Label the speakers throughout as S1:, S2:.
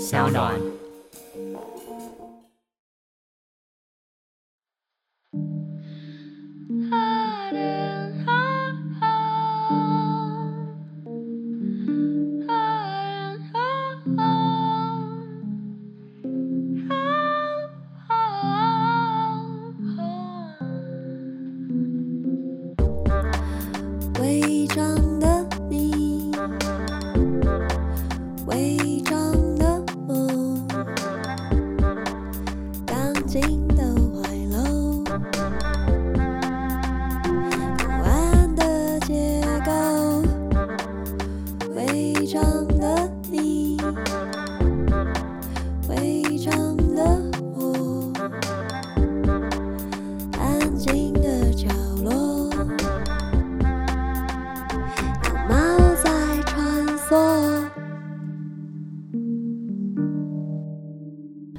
S1: 小暖。
S2: 伪装的你，伪装的我，钢筋的怀楼，不安的结构，伪装的你，伪装的我，安静的角落。有猫在穿梭。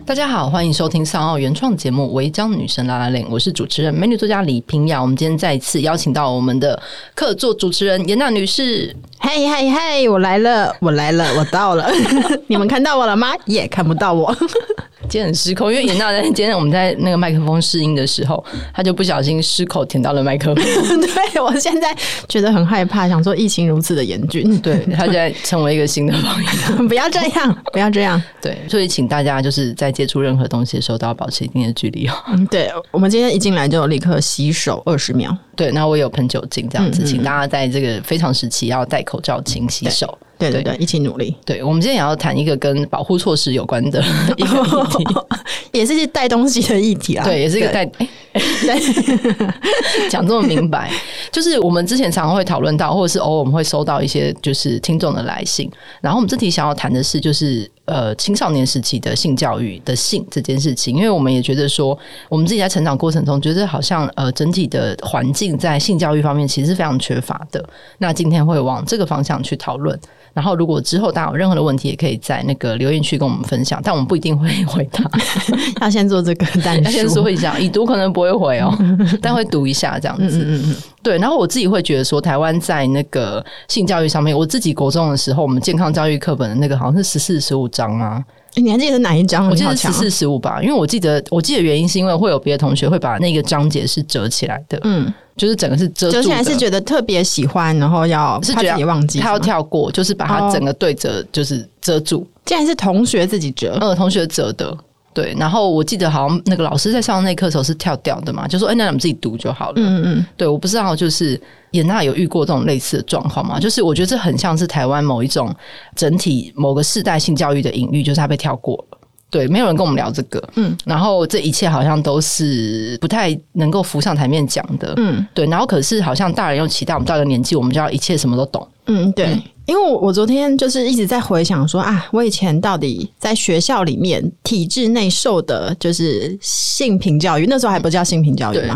S3: 大家好，欢迎收听上澳原创节目《违章女神拉拉链》，我是主持人美女作家李平雅。我们今天再一次邀请到我们的客座主持人严娜女士。
S4: 嘿嘿嘿，我来了，我来了， 我到了，你们看到我了吗？也、看不到我。
S3: 今天很失控，因为严娜在今天我们在那个麦克风试音的时候，她就不小心失口舔到了麦 克风，
S4: 对我现在觉得很害怕，想说疫情如此的严峻，
S3: 嗯对，她现在成为一个新的朋友。
S4: 不要这样，不要这样。
S3: 对，所以请大家就是在接触任何东西的时候都要保持一定的距离哦。
S4: 嗯，对我们今天一进来就立刻洗手二十秒。
S3: 对，那我有喷酒精这样子，
S4: 嗯嗯
S3: 请大家在这个非常时期要戴口罩、勤洗手。
S4: 对对
S3: 对
S4: 对，一起努力，
S3: 对，我们今天也要谈一个跟保护措施有关的 一个议题。
S4: 也是带东西的议题啊。
S3: 对，也是一个带诶
S4: 对
S3: 讲这么明白，就是我们之前常常会讨论到，或者是偶尔我们会收到一些就是听众的来信，然后我们这题想要谈的是就是呃青少年时期的性教育的性这件事情，因为我们也觉得说我们自己在成长过程中，觉得好像呃整体的环境在性教育方面其实是非常缺乏的。那今天会往这个方向去讨论。然后，如果之后大家有任何的问题，也可以在那个留言区跟我们分享，但我们不一定会回答。
S4: 要先做这个蛋
S3: 要先
S4: 叔。
S3: 说一下，已读可能不会回 哦，但会读一下这样子。
S4: 嗯嗯
S3: 对，然后我自己会觉得说，台湾在那个性教育上面，我自己国中的时候，我们健康教育课本的那个好像是十四、十五章吗？
S4: 嗯，你还记得哪一张？
S3: 我记
S4: 你
S3: 得
S4: 好
S3: 是
S4: 强
S3: 十四、十五吧，因为我记得我记得原因是因为会有别的同学会把那个章节是折起来的，
S4: 嗯，
S3: 就是整个是遮住
S4: 就
S3: 的。
S4: 是还是觉得特别喜欢，然后要
S3: 是
S4: 怕
S3: 觉
S4: 自己
S3: 得
S4: 忘记，
S3: 他要
S4: 是吗
S3: 跳过，就是把它整个对折，就是遮住。
S4: 竟然是同学自己折。
S3: 呃，同学折的。对，然后我记得好像那个老师在上那课的时候是跳掉的嘛，就说：“哎、那你们自己读就好了。”
S4: 嗯嗯
S3: 对，我不知道，就是妍娜有遇过这种类似的状况吗？就是我觉得这很像是台湾某一种整体某个世代性教育的隐喻，就是它被跳过了。对，没有人跟我们聊这个，
S4: 嗯，
S3: 然后这一切好像都是不太能够浮上台面讲的，
S4: 嗯嗯。
S3: 对，然后可是好像大人又期待我们到一个年纪，我们就要一切什么都懂，
S4: 嗯，对，
S3: 嗯
S4: 因为我我昨天就是一直在回想说啊，我以前到底在学校里面体制内受的就是性平教育，那时候还不叫性平教育嘛，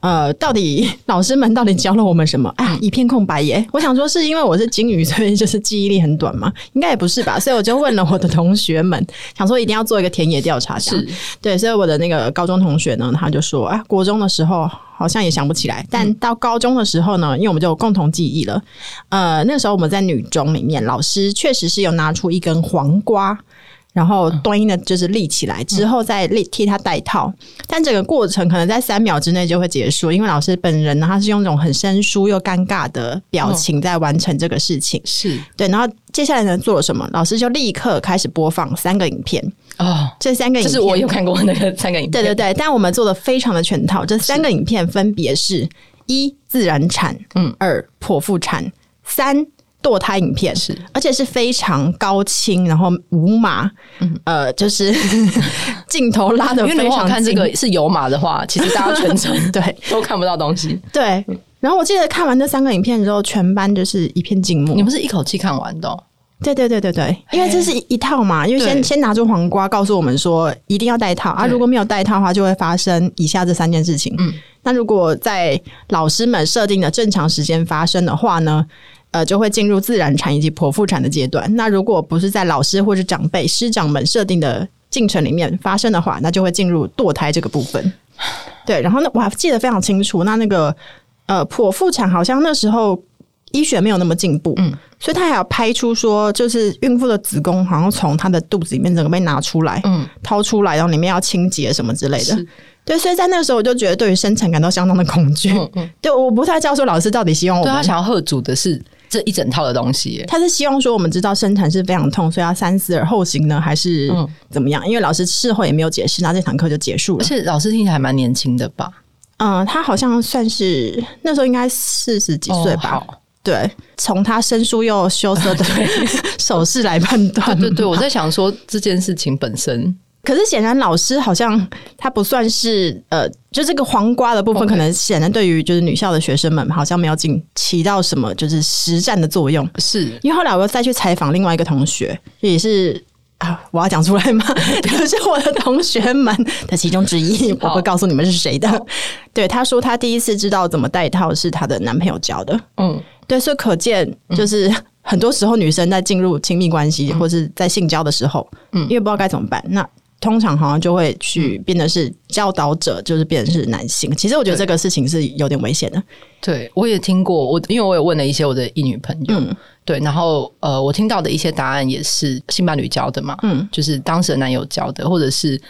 S4: 呃，到底 老师们到底教了我们什么？
S3: 嗯
S4: 啊，一片空白耶！我想说是因为我是金鱼，所以就是记忆力很短嘛，应该也不是吧，所以我就问了我的同学们， 想说一定要做一个田野调查，这样
S3: 是
S4: 对，所以我的那个高中同学呢，他就说啊，国中的时候好像也想不起来，
S3: 嗯
S4: 但到高中的时候呢，因为我们就有共同记忆了。呃，那时候我们在女中里面，老师确实是有拿出一根黄瓜。然后端音的就是立起来之后再立替他戴套，但整个过程可能在三秒之内就会结束，因为老师本人呢，他是用一种很生疏又尴尬的表情在完成这个事情。
S3: 是
S4: 对，然后接下来呢做了什么？老师就立刻开始播放三个影片，
S3: 哦，
S4: 这三个影
S3: 就是
S4: 片
S3: 我有看过那个三个影
S4: 对
S3: 片，
S4: 对对，但我们做的非常的全套，这三个影片分别是一自然产，
S3: 嗯
S4: 嗯，二剖腹产，三堕胎影片，
S3: 是
S4: 而且是非常高清，然后无码，呃，就是 镜头拉的
S3: 嗯因为
S4: 非
S3: 如果我
S4: 常
S3: 看这
S4: 近
S3: 个是有码的话，其实大家全程
S4: 对
S3: 都看不到东西。
S4: 对。然后我记得看完这三个影片之后，全班就是一片静默
S3: 你。们是一口气看完的哦、
S4: 对对对对对，因为这是一一套嘛，因为
S3: 哎对
S4: 先先拿出黄瓜告诉我们说一定要戴套啊，
S3: 对
S4: 如果没有戴套的话，就会发生以下这三件事情。
S3: 嗯，
S4: 那如果在老师们设定的正常时间发生的话呢？呃，就会进入自然产以及剖腹产的阶段。那如果不是在老师或是长辈、师长们设定的进程里面发生的话，那就会进入堕胎这个部分。对，然后呢，我还记得非常清楚。那那个呃，剖腹产好像那时候医学没有那么进步，
S3: 嗯
S4: 嗯，所以他还要拍出说，就是孕妇的子宫好像从她的肚子里面整个被拿出来，
S3: 嗯，
S4: 掏出来，然后里面要清洁什么之类的
S3: 是。
S4: 对，所以在那个时候，我就觉得对于生产感到相当的恐惧。
S3: 嗯嗯，
S4: 对，我不太知道说老师到底希望我
S3: 对啊
S4: 们
S3: 他想要喝阻的是这一整套的东西耶，
S4: 他是希望说我们知道生产是非常痛，所以要三思而后行呢，还是
S3: 嗯
S4: 怎么样？因为老师事后也没有解释，那这堂课就结束
S3: 而
S4: 了。
S3: 且老师听起来还蛮年轻的吧？
S4: 嗯、他好像算是那时候应该四十几岁吧。
S3: 哦好
S4: 对，从他生疏又羞涩的 手势来判断。
S3: 对对，我在想说这件事情本身，
S4: 可是显然老师好像他不算是呃，就这个黄瓜的部分，
S3: OK
S4: 可能显然对于就是女校的学生们好像没有起起到什么就是实战的作用。
S3: 是
S4: 因为后来我又再去采访另外一个同学，也是啊，我要讲出来吗？ 就是我的同学们的其中之一，我
S3: 好
S4: 不告诉你们是谁的。对，她说她第一次知道怎么戴套是她的男朋友教的。
S3: 嗯，
S4: 对，所以可见就是 很多时候女生在进入亲密关系、或是在性交的时候，
S3: 嗯
S4: 因为不知道该怎么办，那通常好像就会去变得是教导者，就是变成是男性。其实我觉得这个事情是有点危险的。
S3: 对我也听过，我因为我也问了一些我的异女朋友，
S4: 嗯
S3: 对，然后呃，我听到的一些答案也是性伴侣教的嘛，
S4: 嗯
S3: 就是当时的男友教的，或者是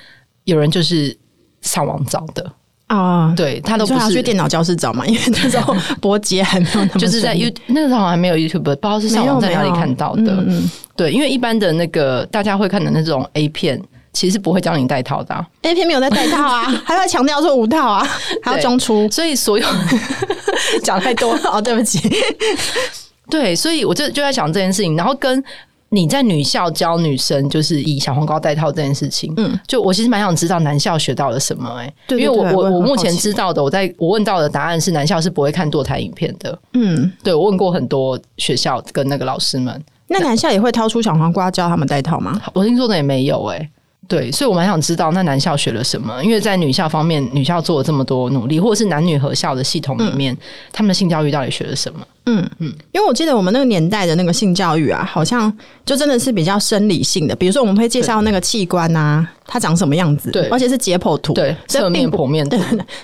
S3: 有人就是上网找的，
S4: 啊，
S3: 对他都
S4: 你说
S3: 不
S4: 他
S3: 是
S4: 去电脑教室找嘛，因为那时 候波杰还没有那么
S3: 就是在
S4: 顺利
S3: You 那个时候还没有 YouTube，不知道是上网在哪里看到的。
S4: 没有没有嗯嗯
S3: 对，因为一般的那个大家会看的那种 A 片，其实不会教你戴套的啊、
S4: A 片没有在戴套啊，还在强调说无套啊，还要
S3: 对
S4: 装出
S3: 所以所有
S4: 讲太多哦，对不起，
S3: 对，所以我就就在想这件事情，然后跟你在女校教女生就是以小黄瓜戴套这件事情，嗯
S4: 嗯，
S3: 就我其实蛮想知道男校学到了什么哎、欸
S4: 对对
S3: 因为我
S4: 对我也
S3: 我
S4: 很
S3: 我目前
S4: 好奇
S3: 知道的，我在我问到的答案是男校是不会看堕胎影片的，
S4: 嗯，
S3: 对我问过很多学校跟那个老师们，
S4: 那男校也会掏出小黄瓜教他们戴套吗？
S3: 我听说的也没有哎、对，所以我蛮想知道那男校学了什么，因为在女校方面，女校做了这么多努力，或者是男女合校的系统里面，他们的性教育到底学了什么？
S4: 嗯嗯，因为我记得我们那个年代的那个性教育啊，好像就真的是比较生理性的，比如说我们会介绍那个器官啊，它长什么样子，
S3: 对
S4: 而且是解剖图，
S3: 对，
S4: 这
S3: 侧面、
S4: 并不
S3: 剖面，
S4: 对，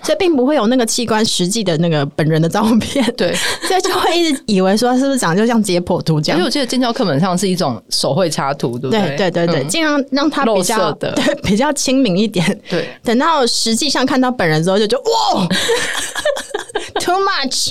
S4: 所以并不会有那个器官实际的那个本人的照片，
S3: 对，
S4: 所以就会一直以为说是不是长得就像解剖图这
S3: 而
S4: 样
S3: 且我。记得建教课本上是一种手绘插图，对不
S4: 对对
S3: 对
S4: 对对，
S3: 嗯
S4: 尽量让它
S3: 肉
S4: 比
S3: 色
S4: 较
S3: 的
S4: 对比较亲民一点。
S3: 对
S4: 等到实际上看到本人之后，就觉得哇 ，too much，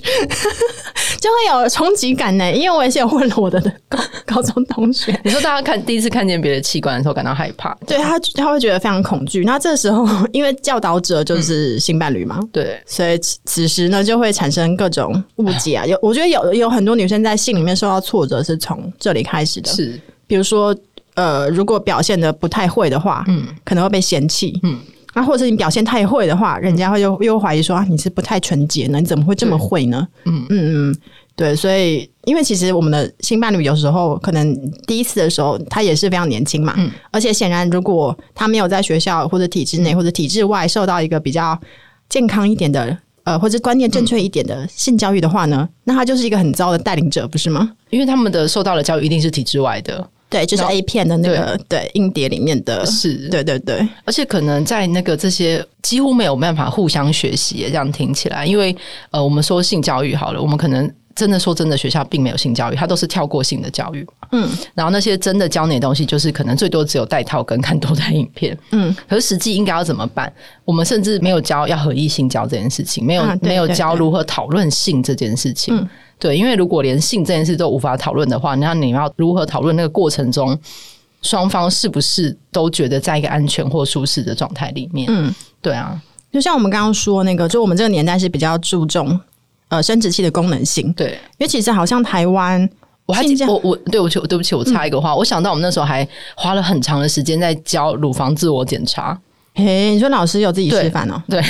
S4: 就会有冲击感呢。因为我也是有问了我的高高中同学，
S3: 你说大家看第一次看见别的器官的时候感到害怕，
S4: 对他他会觉得非常恐惧。那这时候，因为教导者就是性伴侣嘛，
S3: 对，
S4: 所以此此时呢，就会产生各种误解啊。有，我觉得有有很多女生在性里面受到挫折是从这里开始的。
S3: 是
S4: 比如说，呃，如果表现的不太会的话，
S3: 嗯
S4: 嗯，可能会被嫌弃，
S3: 嗯
S4: 嗯。啊，或者是你表现太会的话，人家会又又怀疑说啊，你是不太纯洁呢？你怎么会这么会呢？
S3: 嗯
S4: 嗯嗯嗯，对，所以因为其实我们的性伴侣有时候可能第一次的时候，他也是非常年轻嘛，
S3: 嗯
S4: 而且显然如果他没有在学校或者体制内或者体制外受到一个比较健康一点的呃，或者观念正确一点的性教育的话呢，那他就是一个很糟的带领者，不是吗？
S3: 因为他们的受到的教育一定是体制外的，
S4: 对，就是
S3: 然后
S4: A 片的那个对硬碟里面的，
S3: 是
S4: 对对对，
S3: 而且可能在那个这些几乎没有办法互相学习，这样听起来，因为呃，我们说性教育好了，我们可能真的说真的，学校并没有性教育，它都是跳过性的教育。
S4: 嗯
S3: 然后那些真的教你的东西，就是可能最多只有戴套跟看多台影片。
S4: 嗯，
S3: 可是实际应该要怎么办？我们甚至没有教要合意性交这件事情，没有、
S4: 啊对
S3: 没有教
S4: 对对
S3: 如何讨论性这件事情。
S4: 嗯
S3: 对，因为如果连性这件事都无法讨论的话，那你要如何讨论那个过程中，双方是不是都觉得在一个安全或舒适的状态里面？
S4: 嗯，
S3: 对啊，
S4: 就像我们刚刚说那个，就我们这个年代是比较注重呃生殖器的功能性，
S3: 对。
S4: 因为其实好像台湾
S3: 我还
S4: 性嗯教
S3: 我我对不起，对不起，我插一个话，我想到我们那时候还花了很长的时间在教乳房自我检查，
S4: 诶，你说老师有自己
S3: 对
S4: 示范哦，
S3: 对，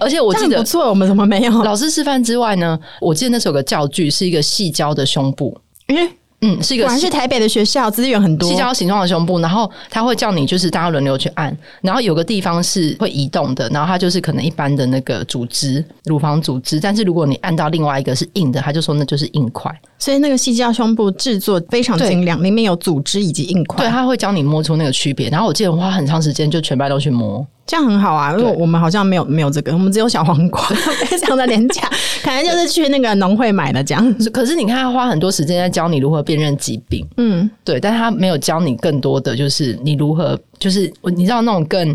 S3: 而且我
S4: 这
S3: 记
S4: 样
S3: 得
S4: 不错，我们怎么没有？
S3: 老师示范之外呢，我记得那时候有个教具是一个细胶的胸部，
S4: 诶，
S3: 嗯，是一
S4: 果
S3: 个
S4: 然
S3: 细
S4: 是台北的学校资源很多
S3: 细，胶形状的胸部，然后他会叫你就是大家轮流去按，然后有个地方是会移动的，然后它就是可能一般的那个组织乳房组织，但是如果你按到另外一个是硬的，他就说那就是硬块，
S4: 所以那个细胶胸部制作非常
S3: 对
S4: 精良，里面有组织以及硬
S3: 对，
S4: 块，
S3: 他会教你摸出那个区别。然后我记得我花很长时间就全班都去摸，
S4: 这样很好啊，因为
S3: 对
S4: 我们好像没有没有这个，我们只有小 黄瓜非常的廉价，可能就是去那个农会买的这样。
S3: 可是你看，他花很多时间在教你如何辨认疾病，
S4: 嗯，
S3: 对，但他没有教你更多的，就是你如何，就是你知道那种更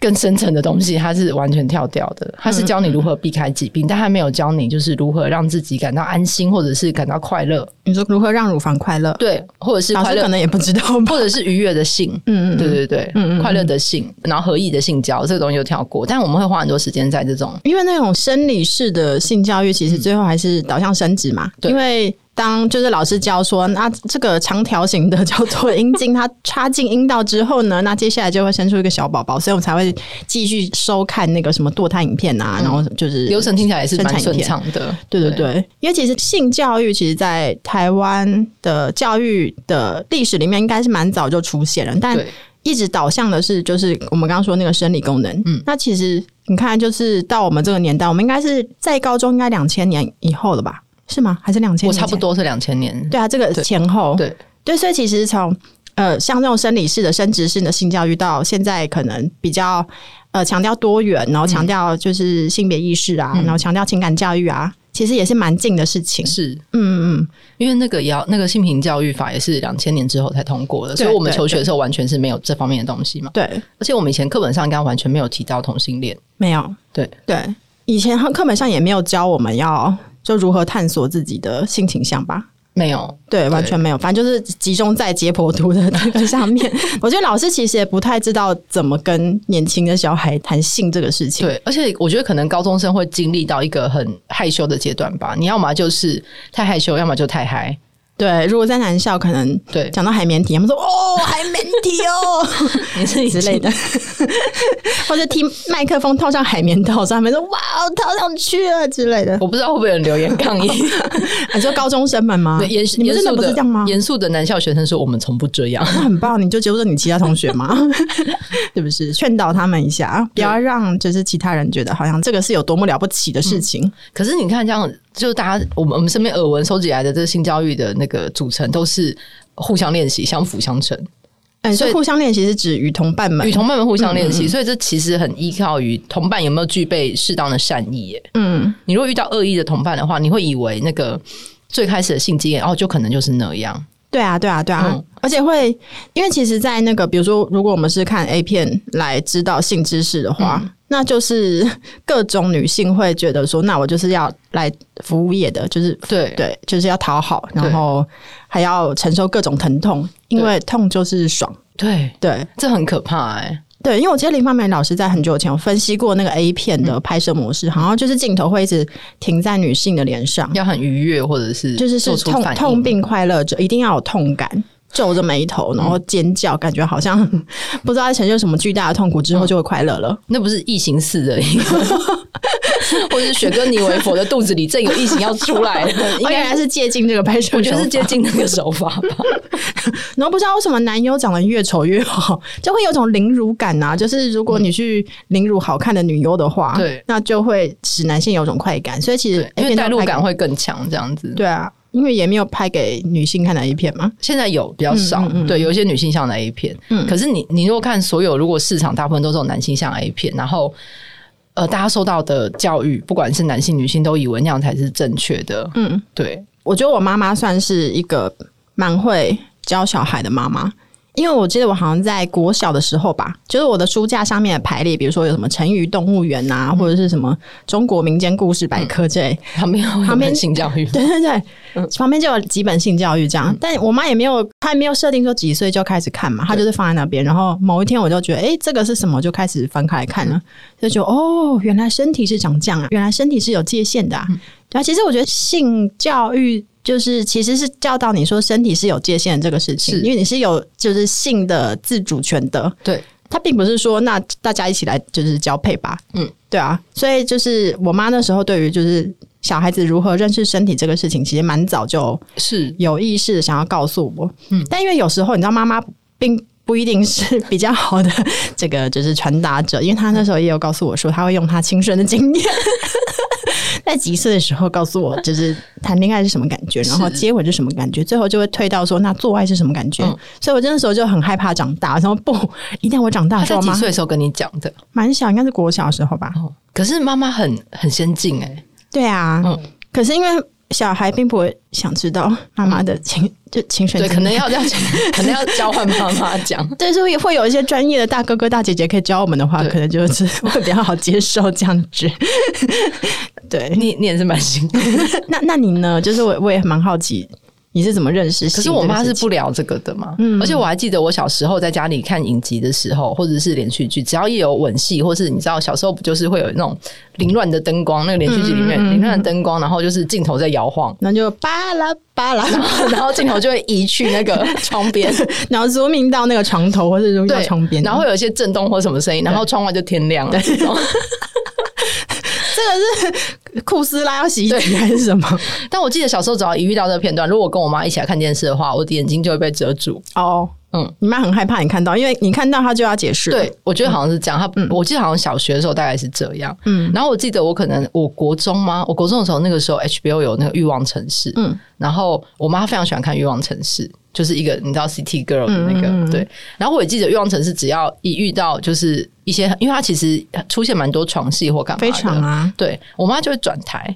S3: 更深层的东西，他是完全跳掉的。他
S4: 嗯
S3: 是教你如何避开疾病，但他没有教你就是如何让自己感到安心，或者是感到快乐，
S4: 你说如何让乳房快乐？
S3: 对，或者是
S4: 老
S3: 快
S4: 师
S3: 乐
S4: 啊可，能也不知道 吧。
S3: 或者是愉悦的性。
S4: 嗯嗯，
S3: 对对对，
S4: 嗯嗯嗯
S3: 快乐的性，然后合意的性交，这个东西就跳过。但我们会花很多时间在这种
S4: 因为那种生理式的性教育，其实最后还是导向生殖嘛。
S3: 对
S4: 因为当就是老师教说，那这个长条形的叫做阴茎， 它插进阴道之后呢，那接下来就会生出一个小宝宝，所以我们才会继续收看那个什么堕胎影片啊，然后就是
S3: 流程，听起来也是蛮
S4: 生产
S3: 顺
S4: 影片
S3: 畅的。
S4: 对对对，因为其实性教育其实，在台湾的教育的历史里面，应该是蛮早就出现了，但
S3: 对，
S4: 一直导向的是，就是我们刚刚说那个生理功能。
S3: 嗯
S4: 那其实你看，就是到我们这个年代，我们应该是在高中应该两千年以后了吧？是吗？还是两千？
S3: 我差不。多是两千年。
S4: 对啊，这个
S3: 对
S4: 前后
S3: 对
S4: 对，所以其实从呃像这种生理式的、生殖式的性教育，到现在可能比较呃强调多元，然后强调就是性别意识啊，
S3: 嗯
S4: 然后强调情感教育啊，其实也是蛮近的事情。
S3: 是，
S4: 嗯嗯嗯，
S3: 因为那个也要那个性平教育法也是两千年之后才通过的，
S4: 对
S3: 所以我们求学的时候完全是没有这方面的东西嘛。
S4: 对，
S3: 而且我们以前课本上应该完全没有提到同性恋，
S4: 没有
S3: 对
S4: 对，以前课本上也没有教我们要就如何探索自己的性倾向吧。
S3: 没有。
S4: 对，完全没有，反正就是集中在解剖图的这个上 面。我觉得老师其实也不太知道怎么跟年轻的小孩谈性这个事情。
S3: 对，而且我觉得可能高中生会经历到一个很害羞的阶段吧。你要么就是太害羞，要么就太嗨。
S4: 对，如果在男校，可能
S3: 对，
S4: 讲到海绵体， 他们说哦，海绵体哦
S3: 你是
S4: 之类的， 或者听麦克风套上海绵套上，他们说哇，套上去了之类的。啊
S3: 我不知道会不会有人留言抗 议。
S4: 你说高中生们吗
S3: 对，？严
S4: 你们
S3: 严
S4: 真的
S3: 肃
S4: 不是
S3: 的
S4: 这样吗？
S3: 严肃的男校学生说，我们从不这样。
S4: 那 很棒，你就揪着你其他同学 嘛，是不是？劝导他们一下，不要让就是其他人觉得好像这个是有多么了不起的事情。
S3: 可是你看，这样就大家我们我们身边耳闻收集来的这个性教育的那个组成，都是互相练习、相辅相成。
S4: 嗯，所
S3: 所
S4: 以
S3: 以
S4: 互相练习是指与同伴嗯们，
S3: 与同伴们互相练习，所以这其实很依靠于同伴有没有具备适当的善意耶。
S4: 嗯，
S3: 你如果遇到恶意的同伴的话，你会以为那个最开始的性经验哦，就可能就是那样。
S4: 对啊，对啊，对啊，
S3: 嗯
S4: 而且会，因为其实，在那个比如说，如果我们是看 A 片来知道性知识的话，
S3: 嗯
S4: 那就是各种女性会觉得说，那我就是要来服务业的，就是
S3: 对
S4: 对，就是要讨好，
S3: 对
S4: 然后还要承受各种疼痛，因为痛就是爽，
S3: 对，
S4: 对。嗯
S3: 这很可怕哎。
S4: 对，因为我记得林芳美老师在很久以前有分析过那个 A 片
S3: 嗯
S4: 的拍摄模式，好像就是镜头会一直停在女性的脸上，
S3: 要很愉悦，或者是
S4: 就是
S3: 做
S4: 是
S3: 出
S4: 痛
S3: 反应
S4: 痛并快乐着，一定要有痛感，皱着眉头，然
S3: 嗯
S4: 后尖叫，感觉好像 不知道在承受什么巨大的痛苦之
S3: 嗯
S4: 后就会快乐了。
S3: 那不是异形似的一 个，或者是雪哥尼维佛的肚子里正有异形要出来 了，
S4: 应
S3: 应
S4: 该
S3: 该是
S4: 是借鉴这个拍摄手法，
S3: 我觉得是接近那个手法 吧。
S4: 然后不知道为什么男优长得越丑越好，就会有种凌辱感呐、就是如果你去凌辱好看的女优的话，
S3: 嗯对
S4: 那就会使男性有种快感。所以其实
S3: 对，因
S4: A
S3: 为
S4: 片
S3: 代入
S4: 都拍给
S3: 感会更强，这样子。
S4: 对啊，因为也没有拍给女性看的 A 片嘛。
S3: 现在有比较少，
S4: 嗯嗯嗯
S3: 对，有一些女性向的 A 片，
S4: 嗯
S3: 可是你你如果看所有，如果市场大部分都是这种男性向 A 片，然后呃，大家受到的教育，不管是男性女性，都以为那样才是正确的，
S4: 嗯，
S3: 对，
S4: 我觉得我妈妈算是一个蛮会教小孩的妈妈。因为我记得我好像在国小的时候吧，就是我的书架上面的排列，比如说有什么成语动物园啊，或者是什么中国民间故事百科之类，
S3: 旁边有
S4: 旁边
S3: 有性教育，
S4: 对对对，旁边就有几本性教育这样，但我妈也没有，她也没有设定说几岁就开始看嘛，她就是放在那边。然后某一天我就觉得，诶，这个是什么？就开始翻开来看了，就觉得哦，原来身体是长这样啊，原来身体是有界限的啊。
S3: 嗯
S4: 对啊，其实我觉得性教育。就是其实是教导你说身体是有界限的这个事情，
S3: 是
S4: 因为你是有就是性的自主权的，
S3: 对，
S4: 他并不是说那大家一起来就是交配吧，嗯
S3: 嗯，
S4: 对啊，所以就是我妈那时候对于就是小孩子如何认识身体这个事情，其实蛮早就是有意识的想要告诉我，嗯
S3: 嗯，
S4: 但因为有时候你知道妈妈并。不一定是比较好的这个就是传达者，因为她那时候也有告诉我说，她会用她亲身的经验。 在几岁的时候告诉我，就是谈恋爱是什么感觉，然后接吻是什么感觉，最后就会推到说那做爱是什么感觉。
S3: 嗯
S4: 所以我那时候就很害怕长大，然后不，一旦我长大
S3: 他
S4: 之
S3: 在
S4: 后
S3: 几
S4: 吗？
S3: 岁的时候跟你讲的？
S4: 蛮小，应该是国小的时候吧。
S3: 哦，可是妈妈很很先进哎、
S4: 对啊，
S3: 嗯，
S4: 可是因为小孩并不会想知道妈妈的情，就情绪
S3: 对，可能要这样讲，可能要交换妈妈 讲。
S4: 对，所以会有一些专业的大哥哥大姐姐可以教我们的话，
S3: 对
S4: 可 能就是会比较好接受这样子。对，
S3: 你你也是蛮辛苦，
S4: 那那你呢？就是我我也蛮好奇，你是怎么认识？
S3: 可是我妈是，不聊这个的嘛。
S4: 嗯
S3: 而且我还记得我小时候在家里看影集的时候，或者是连续剧，只要一有吻戏，或是你知道小时候不就是会有那种凌乱的灯光，那个连续剧里面
S4: 嗯嗯嗯嗯。
S3: 凌乱的灯光，然后就是镜头在摇晃
S4: 那就巴拉 巴拉，
S3: 然后镜头就会移去那 个 窗边，
S4: 然后 zoom in 到那个床头或是 zoom in 到
S3: 对
S4: 床边，，
S3: 然后会有一些震动或什么声音，然后窗外就天亮了。然后
S4: 库斯拉要洗衣机还是 什么？
S3: 但我记得小时候只要一遇到这个片段，如果我跟我妈一起来看电视的话，我的眼睛就会被遮住。
S4: 哦，
S3: 嗯，
S4: 你妈很害怕你看到，因为你看到她就要解释。
S3: 对，，我觉得好像是这样。他，我记得好像小学的时候大概是这样。
S4: 嗯
S3: 然后我记得我可能我国中吗？我国中的时候，那个时候 HBO 有那个《欲望城市》，
S4: 嗯
S3: 然后我妈非常喜欢看《欲望城市》，就是一个你知道 City Girl 的那个、
S4: 嗯嗯嗯
S3: 对。然后我也记得《欲望城市》，只要一遇到就是一些，因为它其实出现蛮多床戏或干嘛的，
S4: 非常啊。
S3: 对我妈就会转台，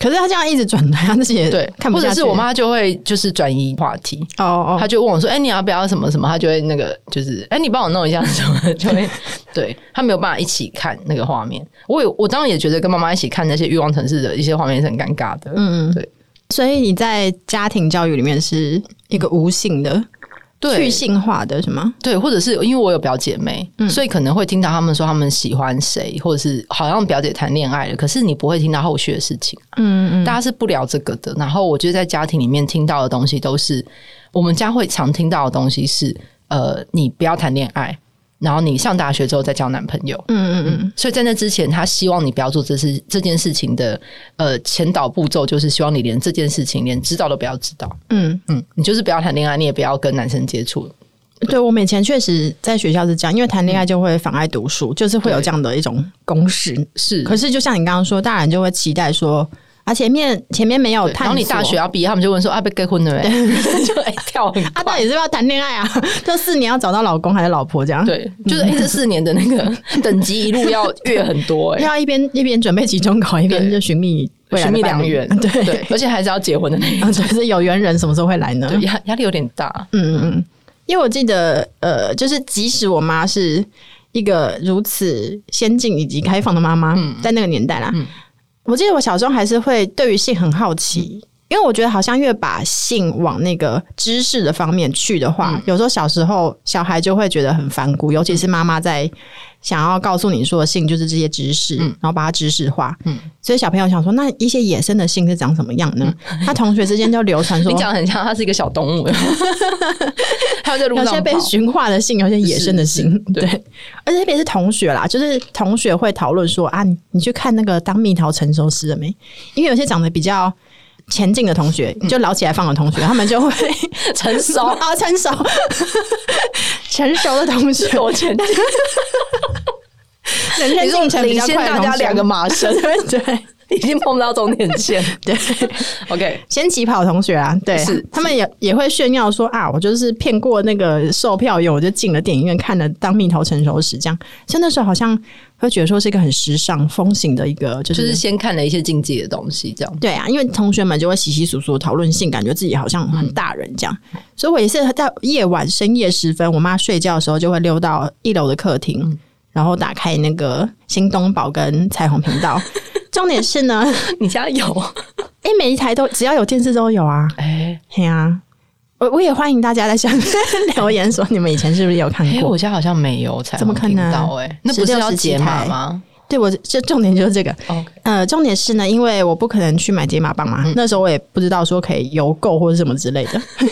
S4: 可是她这样一直转台，她自己也
S3: 对，
S4: 看不
S3: 或
S4: 下去。
S3: 者是我妈就会就是转移话题，
S4: 哦哦，
S3: 他就问我说：“哎、你要不要什么什么？”他就会那个就是：“哎、你帮我弄一下什么？” 就 会对他没有办法一起看那个画面。我有我当然也觉得跟妈妈一起看那些欲望城市的一些画面是很尴尬的。
S4: 嗯，嗯
S3: 对。
S4: 所以你在家庭教育里面是一个无性的、去
S3: 对
S4: 性化的，是吗？
S3: 对，或者是因为我有表姐妹，
S4: 嗯
S3: 所以可能会听到他们说他们喜欢谁，或者是好像表姐谈恋爱了，可是你不会听到后续的事情。啊
S4: 嗯嗯，
S3: 大家是不聊这个的。然后我觉得在家庭里面听到的东西都是我们家会常听到的东西是，呃，你不要谈恋爱，然后你上大学之后再交男朋友。
S4: 嗯嗯嗯，
S3: 所以在那之前，他希望你不要做这事这件事情的呃前导步骤，就是希望你连这件事情连知道都不要知道。
S4: 嗯，
S3: 嗯，你就是不要谈恋爱，你也不要跟男生接触。
S4: 对我们以前确实在学校是这样，因为谈恋爱就会妨碍读书，就是会有
S3: 对
S4: 这样的一种公式。
S3: 是，
S4: 可是就像你刚刚说，大人就会期待说，啊前面前面没有
S3: 对
S4: 探
S3: 然后你大学
S4: 索。
S3: 要毕业，他们就问说啊，被结婚了没？ 就哎、跳很
S4: 啊，
S3: 快。
S4: 到底是不是要谈恋爱啊？ 就四年要找到老公还是老婆这样？，
S3: 对，就是、哎这四年的那个等级一路要越很多哎、
S4: 要一边一边准备期中考，一边
S3: 对
S4: 就寻觅未来
S3: 寻
S4: 的
S3: 觅
S4: 伴
S3: 良
S4: 侣，
S3: 缘
S4: 对，
S3: 对，而且还是要结婚的那一
S4: 啊，
S3: 种，
S4: 就是有缘人什么时候会来呢？
S3: 对压压力有点大。
S4: 嗯嗯，嗯，因为我记得，呃，就是即使我妈是一个如此先进以及开放的妈妈，
S3: 嗯
S4: 在那个年代啦，
S3: 嗯
S4: 我记得我小时候还是会对于性很好奇。因为我觉得好像越把性往那个知识的方面去的话，
S3: 嗯
S4: 有时候小时候小孩就会觉得很反骨，尤其是妈妈在想要告诉你说性就是这些知识，
S3: 嗯
S4: 然后把它知识化。
S3: 嗯
S4: 所以小朋友想说，那一些野生的性是长什么样呢？他同学之间就流传说
S3: 嗯 你，讲得很像，它是一个小动 物，它在路
S4: 有
S3: 上
S4: 些被
S3: 跑
S4: 驯化的性，有些野生的性，对。而且特别是同学啦，就是同学会讨论说啊，你你去看那个当蜜桃成熟时了没？因为有些长得比较前进的同学，就老起来放的同学，他们就会
S3: 成嗯 熟
S4: 啊成熟，成熟的同学，
S3: 多前进，
S4: 人生进程比
S3: 领
S4: 较
S3: 先
S4: 快的
S3: 大
S4: 同
S3: 家
S4: 学
S3: 两个马 身，
S4: 对对
S3: 已经碰到终点 线。
S4: 对，
S3: OK，
S4: 先起跑同学啊，对，
S3: 是
S4: 他们也也会炫耀说啊，我就是骗过那个售票员，我就进了电影院看了《当蜜桃成熟时》这样。所以那时候好像会觉得说是一个很时尚风行的一个，
S3: 就
S4: 就、
S3: 是是先看了一些禁忌的东西，这样。
S4: 对啊，因为同学们就会洗洗簌簌讨论性，感觉自己好像很大人这样。所以我也是在夜晚深夜时分，我妈睡觉的时候就会溜到一楼的客厅，
S3: 嗯
S4: 然后打开那个新东宝跟彩虹频 道。重点是呢，
S3: 你家有？
S4: 哎、每一台都只要有电视都有啊。
S3: 哎
S4: 对啊，我我也欢迎大家在下 面留言说你们以前是不是有看
S3: 哎，
S4: 过？
S3: 我家好像没有才
S4: 怎么可能
S3: 到？哎，那不是要解码吗哦
S4: 对我这重点就是这个。
S3: ？OK，
S4: 呃，重点是呢，因为我不可能去买解码棒嘛，那时候我也不知道说可以邮购或者什么之类的。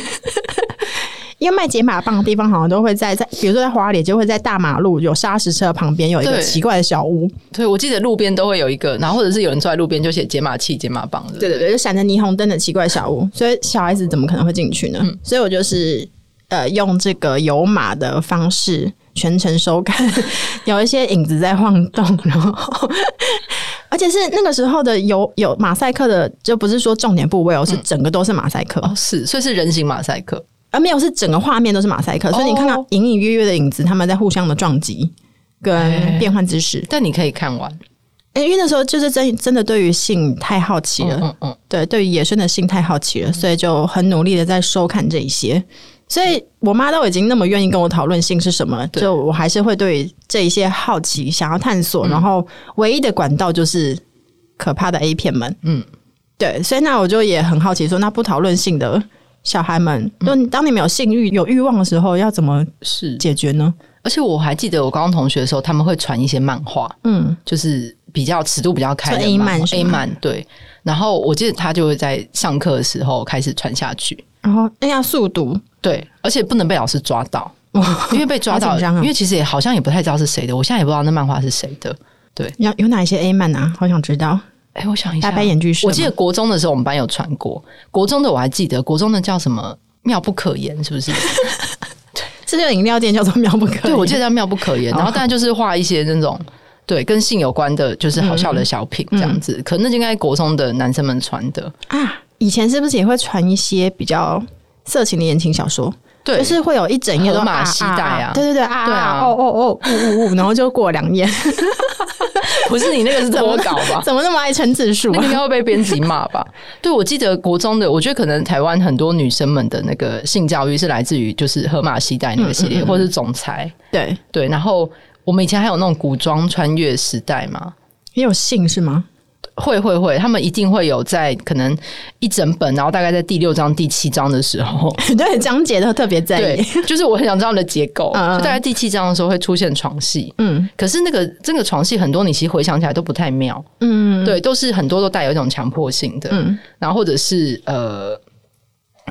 S4: 因为卖解码棒的地方好像都会在在，比如说在花莲就会在大马路有砂石车旁边有一个
S3: 对
S4: 奇怪的小屋，
S3: 对，我记得路边都会有一个，然后或者是有人坐在路边就写解码器、解码棒的。
S4: 对对对，就闪着霓虹灯的奇怪小屋，所以小孩子怎么可能会进去呢？
S3: 嗯
S4: 所以我就是呃用这个有码的方 式全程收看，有一些影子在晃动，然后而且是那个时候的有有马赛克的，就不是说重点部位哦，是整个都是马赛克，
S3: 嗯哦，是，所以是人形马赛克。
S4: 而没有是整个画面都是马赛克，所以你看到
S3: 哦
S4: 隐隐约约的影子，他们在互相的撞击
S3: 哎
S4: 跟变换姿势。
S3: 但你可以看完，
S4: 哎因为那时候就是真真的对于性太好奇了，
S3: 嗯嗯，
S4: 对，对于野生的性太好奇了，所以就很努力的在收看这一些。所以我妈都已经那么愿意跟我讨论性是什么，
S3: 对
S4: 就我还是会对于这一些好奇，想要探索。
S3: 嗯
S4: 然后唯一的管道就是可怕的 A 片们，
S3: 嗯
S4: 嗯，对。所以那我就也很好奇说，那不讨论性的小孩们，
S3: 嗯
S4: 就你当你们有性欲、有欲望的时候，要怎么
S3: 是。
S4: 解决呢？
S3: 而且我还记得我高中同学的时候，他们会传一些漫画，
S4: 嗯，
S3: 就是比较尺度比较开的
S4: 传 A 漫是
S3: A
S4: 吗
S3: 漫对。然后我记得他就会在上课的时候开始传下去，
S4: 然后哎呀，速读，
S3: 对，而且不能被老师抓 到，因为被抓
S4: 好
S3: 到，
S4: 紧张啊
S3: 因为其实也好像也不太知道是谁的，我现在也不知道那漫画是谁的。
S4: 有有哪一些 A 漫啊？好想知道，
S3: 哎、我想一下，
S4: 大白眼巨蛇吗。
S3: 我记得国中的时候，我们班有传过国中的，我还记得国中的叫什么妙不可言，是不 是？
S4: 这个饮料店叫做 妙不可言。
S3: 对，我记得叫妙不可言。然后当然就是画一些那种对跟性有关的，就是好笑的小品这样子。可那就应该国中的男生们穿的，
S4: 啊，以前是不是也会传一些比较色情的言情小说？
S3: 对，
S4: 就是会有一整页都
S3: 河马
S4: 啊
S3: 西带啊
S4: 对对对啊，
S3: 对啊
S4: 啊哦哦哦，呜呜呜，然后就过两 页，
S3: 不是你那个是怎么搞吧？
S4: 怎么那么爱称字数
S3: 那个应
S4: 啊？
S3: 该会被编辑骂吧？对，我记得国中的，我觉得可能台湾很多女生们的那个性教育是来自于就是河马西带那个系列，或者是总裁
S4: 对，
S3: 对。然后我们以前还有那种古装穿越时代嘛，
S4: 也有性是吗？
S3: 会会会，他们一定会有在可能一整本，然后大概在第六章、第七章的时候，
S4: 对，章节都特别 在
S3: 对
S4: 意。，
S3: 就是我很想知道你的结构，
S4: 嗯嗯
S3: 就大概第七章的时候会出现床戏。
S4: 嗯
S3: 可是那个这个床戏很多，你其实回想起来都不太妙，
S4: 嗯
S3: 对，都是很多都带有一种强迫性的，
S4: 嗯，
S3: 然后或者是呃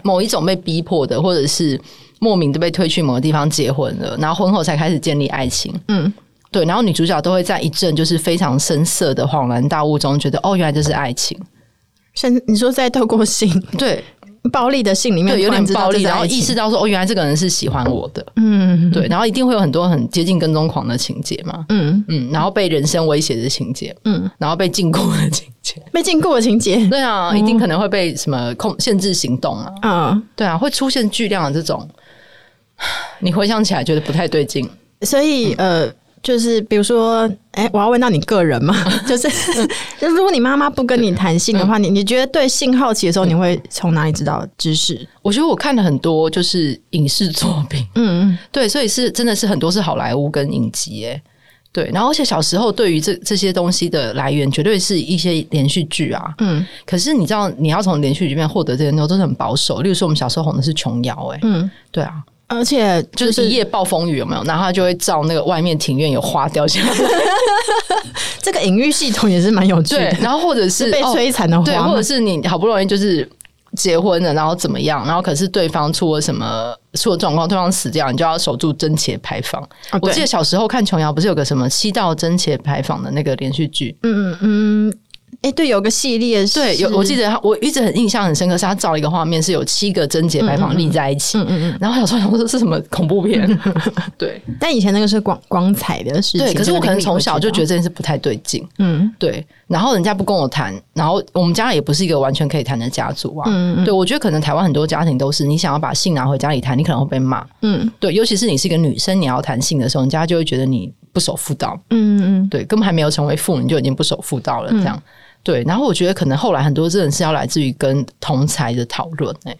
S3: 某一种被逼迫的，或者是莫名的被推去某个地方结婚了，然后婚后才开始建立爱情，
S4: 嗯，
S3: 对，然后女主角都会在一阵就是非常深色的恍然大悟中，觉得哦，原来这是爱情，
S4: 甚至你说在透过性
S3: 对，
S4: 暴力的性里面
S3: 对，有
S4: 突
S3: 点
S4: 知道
S3: 暴力，
S4: 这是
S3: 然后
S4: 爱
S3: 意
S4: 情
S3: 识到说，哦，原来这个人是喜欢我的，
S4: 嗯
S3: 对，然后一定会有很多很接近跟踪狂的情节嘛，
S4: 嗯
S3: 嗯，然后被人身威胁的情节，
S4: 嗯
S3: 然后被禁锢的情节，
S4: 被禁锢的情节，
S3: 对啊，一定可能会被什么控限制行动啊，
S4: 嗯。
S3: 对啊，会出现巨量的这种，你回想起来觉得不太对劲，
S4: 所以
S3: 嗯
S4: 呃，就是比如说，哎、我要问到你个人嘛，就是，
S3: 嗯
S4: 就是如果你妈妈不跟你谈性的话，你你觉得对性好奇的时候，你会从哪里知道知识？
S3: 我觉得我看了很多就是影视作品，
S4: 嗯嗯，
S3: 对，所以是真的是很多是好莱坞跟影集诶、对，然后而且小时候对于这这些东西的来源，绝对是一些连续剧啊，
S4: 嗯
S3: 可是你知道，你要从连续剧里面获得这些东西都是很保守。例如说，我们小时候红的是琼瑶，哎，
S4: 嗯，
S3: 对啊，
S4: 而且
S3: 就
S4: 就是
S3: 一
S4: 是
S3: 夜暴风雨有没有？然后他就会照那个外面庭院有花掉下 来，
S4: 这个隐喻系统也是蛮有趣
S3: 对
S4: 的，，
S3: 然后或者是
S4: 是被
S3: 哦
S4: 摧残的
S3: 对，
S4: 花
S3: 或
S4: 嘛
S3: 者，是你好不容易就是结婚了，然后怎么样？然后可是对方出了什么出了状况，对方死掉，你就要守住贞节牌坊。
S4: 哦
S3: 我记
S4: 对
S3: 得小时候看琼瑶，不是有个什么七道贞节牌坊的那个连续剧？
S4: 嗯嗯嗯，哎、对，有个系列是，
S3: 对，有我记得他，我一直很印象很深刻，是他照了一个画面，是有七个贞节牌坊立在一起。
S4: 嗯嗯
S3: 然后小时候想说这是什么恐怖片， 对
S4: 嗯，但以前那个是光光彩的事情，
S3: 对，可是我可能从小就觉得
S4: 得，
S3: 这件事不太对劲，
S4: 嗯
S3: 对，然后人家不跟我谈，然后我们家也不是一个完全可以谈的家族啊，
S4: 嗯
S3: 对我觉得可能台湾很多家庭都是，你想要把性拿回家里谈，你可能会被骂，
S4: 嗯
S3: 对，尤其是你是一个女生，你要谈性的时候，人家就会觉得你不守妇道，
S4: 嗯嗯，
S3: 对，根本还没有成为妇女就已经不守妇道了，这样。对，然后我觉得可能后来很多真的是要来自于跟同才的讨论、欸，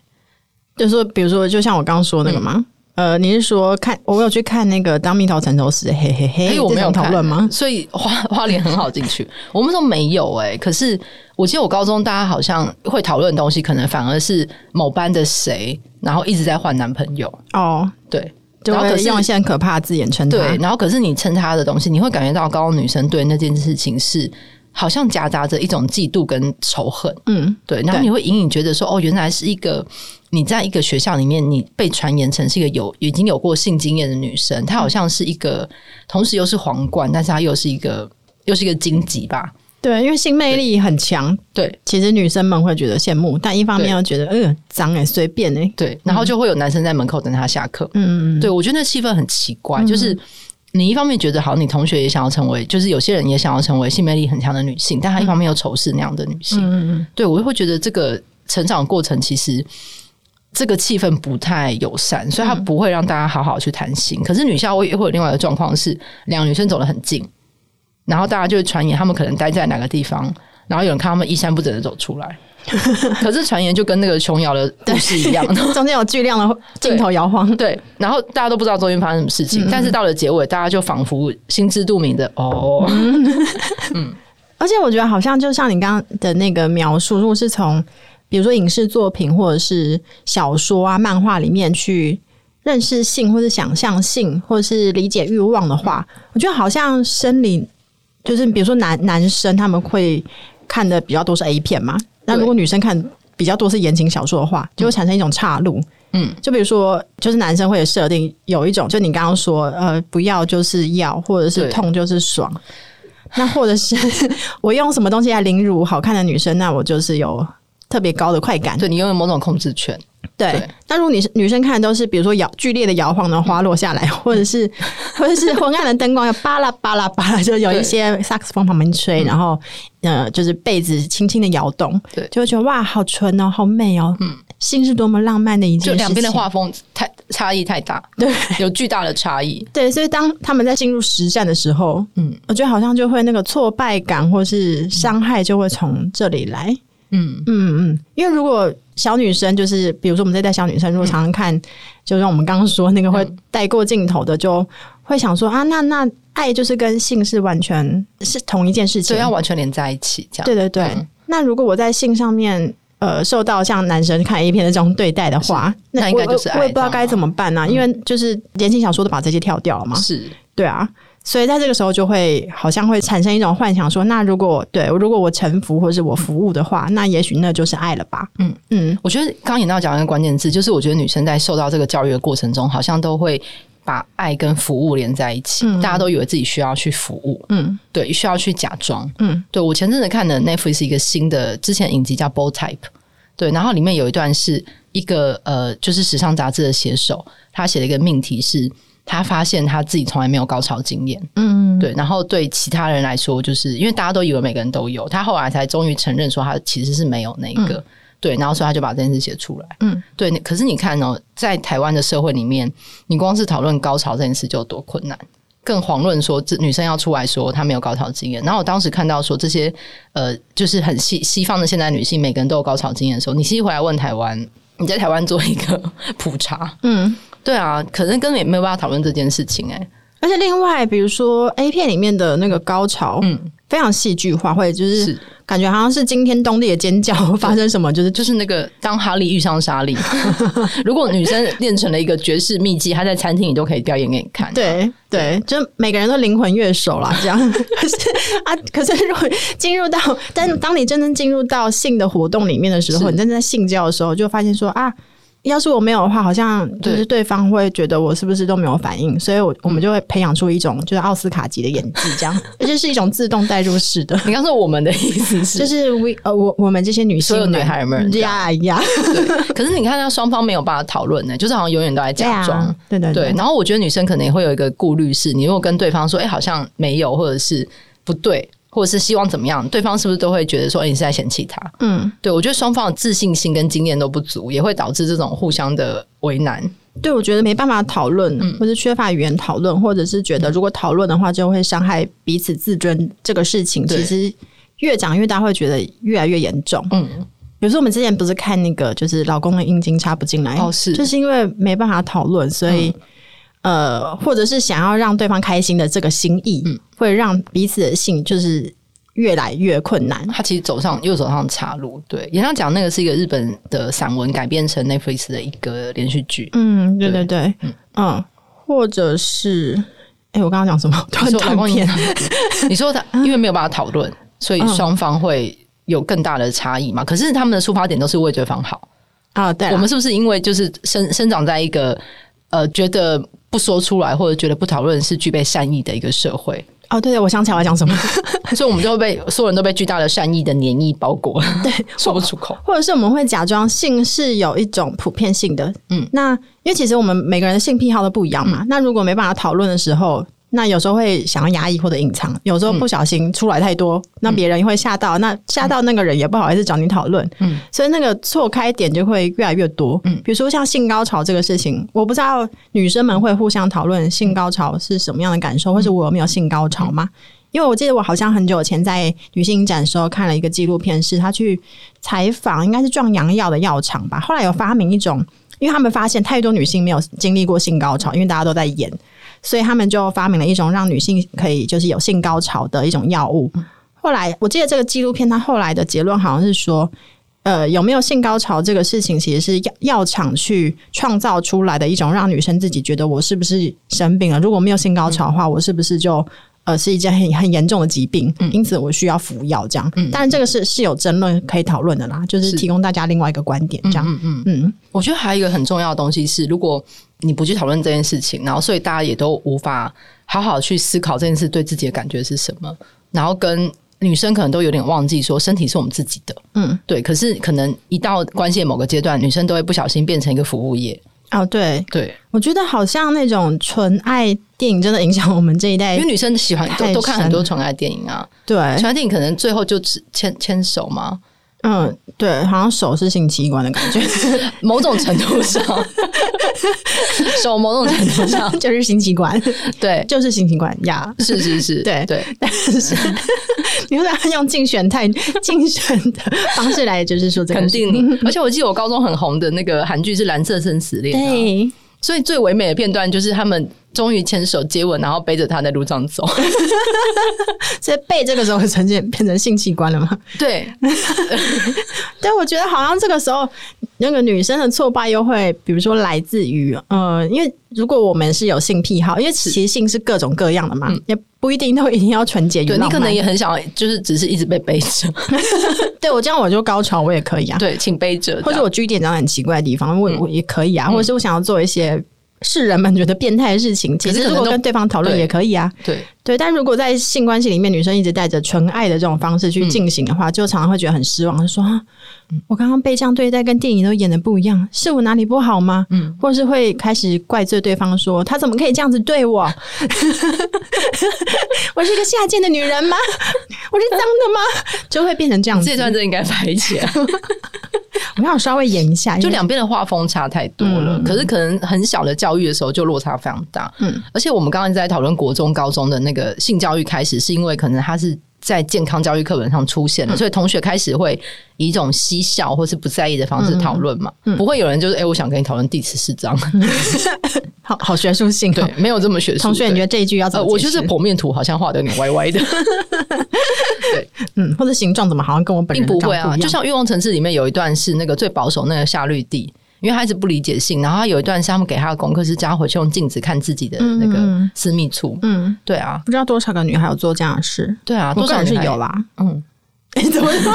S4: 就是说比如说，就像我刚刚说那个嘛。
S3: 嗯
S4: 呃，你是说看我有去看那个《当蜜桃成熟时》？嘿嘿嘿，
S3: 因哎为我没有
S4: 哎这种
S3: 看
S4: 讨论 吗？
S3: 所以花花莲很好进去。我们说没有哎、可是我记得我高中大家好像会讨论的东西，可能反而是某班的谁，然后一直在换男朋友，
S4: 哦，
S3: 对
S4: 就
S3: 然后可
S4: 会
S3: 是
S4: 用一些很可怕的字眼称他。
S3: 对，然后可是你称他的东西，你会感觉到高中女生对那件事情是。好像夹杂着一种嫉妒跟仇恨，
S4: 嗯，
S3: 对，然后
S4: 对
S3: 你会隐隐觉得说，哦，原来是一个你在一个学校里面，你被传言成是一个有已经有过性经验的女生，她好像是一个，同时又是皇冠，但是她又是一个又是一个荆棘吧？
S4: 对，因为性魅力很强，
S3: 对
S4: 其实女生们会觉得羡慕，但一方面
S3: 对
S4: 又觉得，呃，脏哎、随便哎、
S3: 对，然后就会有男生在门口等她下课。
S4: 嗯嗯，嗯嗯
S3: 对我觉得那气氛很奇怪，就是你一方面觉得好，你同学也想要成为，就是有些人也想要成为性魅力很强的女性，但她一方面又仇视那样的女性。
S4: 嗯嗯嗯
S3: 对我会觉得这个成长过程其实这个气氛不太友善，所以它
S4: 嗯
S3: 不会让大家好好去谈心。可是女校会会有另外的状况是，两个女生走得很近，然后大家就会传言她们可能待在哪个地方。然后有人看她们衣衫不整的走出来， 可是传言就跟那个琼瑶的故事一样，
S4: 嗯，中间有巨量的
S3: 对
S4: 镜头摇晃，
S3: 对，然后大家都不知道中间发生什么事情，但是到了结尾，大家就仿佛心知肚明的哦，
S4: 而且我觉得好像就像你刚刚的那个描述，如果是从比如说影视作品或者是小说啊、漫画里面去认识性，或是想象性，或者是理解欲望的话，我觉得好像生理就是比如说男男生他们会看的比较多是 A 片嘛，那
S3: 对
S4: 如果女生看。比较多是言情小说的话，就会产生一种岔路。
S3: 嗯，
S4: 就比如说，就是男生会有设定有一种，就你刚刚说，呃，不要就是要，或者
S3: 对
S4: 是痛就是爽。那或者是 我用什么东西来凌辱好看的女生，那我就是有特别高的快感。
S3: 对你拥有某种控制权，
S4: 对
S3: 对
S4: 那如果你是女生看的都是比如说摇剧烈的摇晃的花落下来，或 者是或者是昏暗的灯光要巴拉巴拉巴拉，就有一 些萨克斯风旁边
S3: 嗯
S4: 吹，然后呃就是被子轻轻的摇动，
S3: 对
S4: 就会觉得哇好纯哦，好美哦，嗯，性是多么浪漫的一件
S3: 就
S4: 事情。
S3: 两边的画风太差异太大，
S4: 对
S3: 有巨大的差异。
S4: 对，所以当他们在进入实战的时候，
S3: 嗯
S4: 嗯，我觉得好像就会那个挫败感或是伤害就会从这里来。
S3: 嗯，
S4: 嗯嗯，因为如果小女生就是，比如说我们这代小女生，如果常常看，就像我们刚刚说那个会带过镜头的，就会想说啊，那那爱就是跟性是完全是同一件事情
S3: 所以。要完全连在一起，这样
S4: 对对对。
S3: 啊嗯
S4: 那如果我在性上面。呃，受到像男生看 A 片的这种对待的话，
S3: 那应该
S4: 我
S3: 就是爱
S4: 我我也不知道
S3: 上
S4: 该怎么办呢、啊因为就是言情小说都把这些跳掉了嘛，
S3: 是
S4: 对啊，所以在这个时候就会好像会产生一种幻想说，那如果对如果我臣服或是我服务的话，那也许那就是爱了吧？
S3: 嗯
S4: 嗯嗯，
S3: 我觉得刚刚也到讲一个关键字，就是我觉得女生在受到这个教育的过程中，好像都会把爱跟服务连在一起，
S4: 嗯
S3: 大家都以为自己需要去服务，
S4: 嗯，
S3: 对，需要去假装，
S4: 嗯，
S3: 对我前阵子看的 Netflix 一个新的之前影集叫《Bold Type》，对，然后里面有一段是一个呃，就是时尚杂志的写手，他写了一个命题是。他发现他自己从来没有高潮经验，
S4: 嗯，
S3: 对，然后对其他人来说，就是因为大家都以为每个人都有，他后来才终于承认说他其实是没有那个，对，然后所以他就把这件事写出来，
S4: 嗯，
S3: 对。可是你看哦，在台湾的社会里面，你光是讨论高潮这件事就有多困难，更遑论说这女生要出来说她没有高潮经验。然后我当时看到说这些呃，就是很西西方的现代女性，每个人都有高潮经验的时候，你其实回来问台湾，你在台湾做一个 普查，
S4: 嗯。
S3: 对啊，可能根本也没有办法讨论这件事情、欸，哎，
S4: 而且另外，比如说 A 片里面的那个高潮，
S3: 嗯
S4: 嗯，非常戏剧化，或者就是
S3: 是
S4: 感觉好像是惊天动地的尖 叫，发生什么就是
S3: 就是那个当哈利遇上 莎莉，如果女生练成了一个绝世秘技，她在餐厅里都可以表演给你看。，
S4: 对对，就每个人都灵魂乐 手啦，这样。可是啊，可是如果进入到，但当你真正进入到性的活动里面的时候，
S3: 是
S4: 你真正在性交的时候，就发现说啊，要是我没有的话，好像就是对方会觉得我是不是都没有反应，所以
S3: 嗯
S4: 我我们就会培养出一种就是奥斯卡级的演技，这 样，而且是一种自动带入式的。
S3: 你刚说我们的意思是，
S4: 就是 we 呃我我们这些女性
S3: 所有女
S4: 们
S3: 孩们这
S4: 呀呀，
S3: 可是你看，她双方没有办法讨论呢，就是好像永远都在
S4: 对
S3: 假装。
S4: 啊，对对
S3: 对，，然后我觉得女生可能也会有一个顾虑是，你如果跟对方说，哎、好像没有，或者是不对，或者是希望怎么样，对方是不是都会觉得说，哎、你是在嫌弃他？
S4: 嗯。
S3: 对我觉得双方的自信心跟经验都不足，也会导致这种互相的为难。
S4: 对，我觉得没办法讨论，
S3: 嗯
S4: 或是缺乏语言讨论，或者是觉得如果讨论的话，就会伤害彼此自尊这个事情，
S3: 对
S4: 其实越讲越大家会觉得越来越严重。
S3: 嗯，
S4: 比如说我们之前不是看那个，就是老公的阴茎插不进来，
S3: 哦是
S4: 就是因为没办法讨论，所以、
S3: 嗯
S4: 呃，或者是想要让对方开心的这个心意，会让彼此的性就是越来越困难。
S3: 他其实走上又走上岔路。对，严上讲那个是一个日本的散文改编成 Netflix 的一个连续剧。
S4: 嗯，对
S3: 对
S4: 对对，嗯，或者是，哎、我刚刚讲什么？ 突
S3: 你
S4: 然
S3: 说老
S4: 断
S3: 公
S4: 片
S3: 也。， 你说他因为没有办法讨论，所以双方会有更大的差异嘛？可是他们的出发点都是为对方好。
S4: 啊，对啦，
S3: 我们是不是因为就是生生长在一个呃觉得不说出来或者觉得不讨论是具备善意的一个社会，
S4: 哦，对对，我想起来我要讲什么，
S3: 所以我们就会被所有人都被巨大的善意的黏液包裹，对， 说不出口。
S4: 或者是我们会假装性是有一种普遍性的，
S3: 嗯
S4: 嗯，那因为其实我们每个人的性癖好都不一样嘛，那如果没办法讨论的时候，那有时候会想要压抑或者隐藏，有时候不小心出来太多，那别人也会吓到，那吓到那个人也不好意思找你讨论，
S3: 嗯
S4: 嗯，所以那个错开点就会越来越多，嗯，比如说像性高潮这个事情，我不知道女生们会互相讨论性高潮是什么样的感受，或是我有没有性高潮吗？因为我记得我好像很久前在女性影展的时候看了一个纪录片，是她去采访，应该是壮阳药的药厂吧。后来有发明一种，因为他们发现太多女性没有经历过性高潮，因为大家都在演，所以他们就发明了一种让女性可以就是有性高潮的一种药物。后来我记得这个纪录片，它后来的结论好像是说。呃，有没有性高潮这个事情，其实是药药厂去创造出来的一种让女生自己觉得我是不是生病了？如果没有性高潮的话，我是不是就呃是一件很很严重的疾病？
S3: 嗯
S4: 因此我需要服药这样。当然这个是是有争论可以讨论的啦，就是
S3: 是
S4: 提供大家另外一个观点这样。
S3: 嗯嗯，
S4: 嗯
S3: 我觉得还有一个很重要的东西是，如果你不去讨论这件事情，然后所以大家也都无法好好去思考这件事对自己的感觉是什么，然后跟女生可能都有点忘记说身体是我们自己的，
S4: 嗯，
S3: 对。可是可能一到关系的某个阶段，女生都会不小心变成一个服务业，
S4: 哦，对，
S3: 对，
S4: 我觉得好像那种纯爱电影真的影响我们这一代
S3: 因为。女生喜欢
S4: 太
S3: 都都看
S4: 深
S3: 很多纯爱电影啊，
S4: 对，
S3: 纯爱电影可能最后就只牵牵手嘛，
S4: 嗯，对，好像手是性器官的感觉，
S3: 某种程度上， 手某种程度上，
S4: 就是性 器官，
S3: 对，
S4: 就是性器官呀。
S3: 是是是，
S4: 对
S3: 对。
S4: 但 是你为啥用竞选态竞选的方式来，就是说这个
S3: 肯
S4: 事
S3: 定你。 而且我记得我高中很红的那个韩剧是《蓝色生死恋》啊，
S4: 对，
S3: 所以最唯美的片段就是他们终于牵手接吻，然后背着他在路上走。
S4: 所以背这个时候呈现变成性器官了吗？
S3: 对，
S4: 但我觉得好像这个时候，那个女生的挫败又会，比如说来自于，呃，因为如果我们是有性癖好，因为其实性是各种各样的嘛，也不一定都一定要纯洁与
S3: 嗯对
S4: 浪漫。
S3: 你可能也很想要，就是只是一直被背着。
S4: 对我这样我就高潮，我也可以啊。
S3: 对，请背着。
S4: 或
S3: 这
S4: 者
S3: 样
S4: 我据点长很奇怪的地方，我
S3: 嗯
S4: 我也可以啊，或者是我想要做一些世人们觉得变态的事情，其
S3: 是
S4: 实
S3: 可能
S4: 如果
S3: 都
S4: 跟对方讨论
S3: 对
S4: 也可以啊。
S3: 对，
S4: 对，但如果在性关系里面，女生一直带着纯爱的这种方式去进行的话，就常常会觉得很失望，就说啊，我刚刚被这样对待，跟电影都演的不一样，是我哪里不好吗？
S3: 嗯
S4: 嗯，或是会开始怪罪对方说，他怎么可以这样子对我？ 我是个下贱的女人吗？我是脏的吗？就会变成这样子
S3: 这。段真的应该拍起 来。
S4: 我想稍微演一下，因
S3: 就
S4: 为
S3: 两边的画风差太多了，
S4: 哎嗯
S3: 可是可能很小的教育的时候就落差非常大。
S4: 嗯，
S3: 而且我们刚刚在讨论国中、高中的那个性教育开始，是因为可能它是在健康教育课本上出现
S4: 嗯
S3: 了，所以同学开始会以一种嬉笑或是不在意的方式讨论嘛，
S4: 嗯
S3: 不会有人就是哎、诶我想跟你讨论第十四 章，
S4: 好好学术性、哦。
S3: 对，没有这么学术。
S4: 同学，
S3: 对
S4: 你觉得这一句要怎
S3: 呃，
S4: 么
S3: 我
S4: 解
S3: 觉
S4: 释？
S3: 得这剖面图好像画的有点歪歪的，
S4: 嗯，或者形状怎么好像跟我本
S3: 并
S4: 人的
S3: 不
S4: 长
S3: 会
S4: 一
S3: 啊。
S4: 样
S3: 就像《欲望城市》里面有一段是那个最保守那个夏绿蒂，因为他一直不理解性，然后他有一段是他们给他的功课是叫他回去用镜子看自己的那个
S4: 嗯
S3: 私密处。
S4: 嗯，
S3: 对啊，
S4: 不知道多少个女孩有做这样的事，
S3: 对啊，
S4: 我
S3: 多
S4: 个
S3: 少
S4: 人是有
S3: 了。
S4: 啦。
S3: 嗯，
S4: 哎、 怎么说？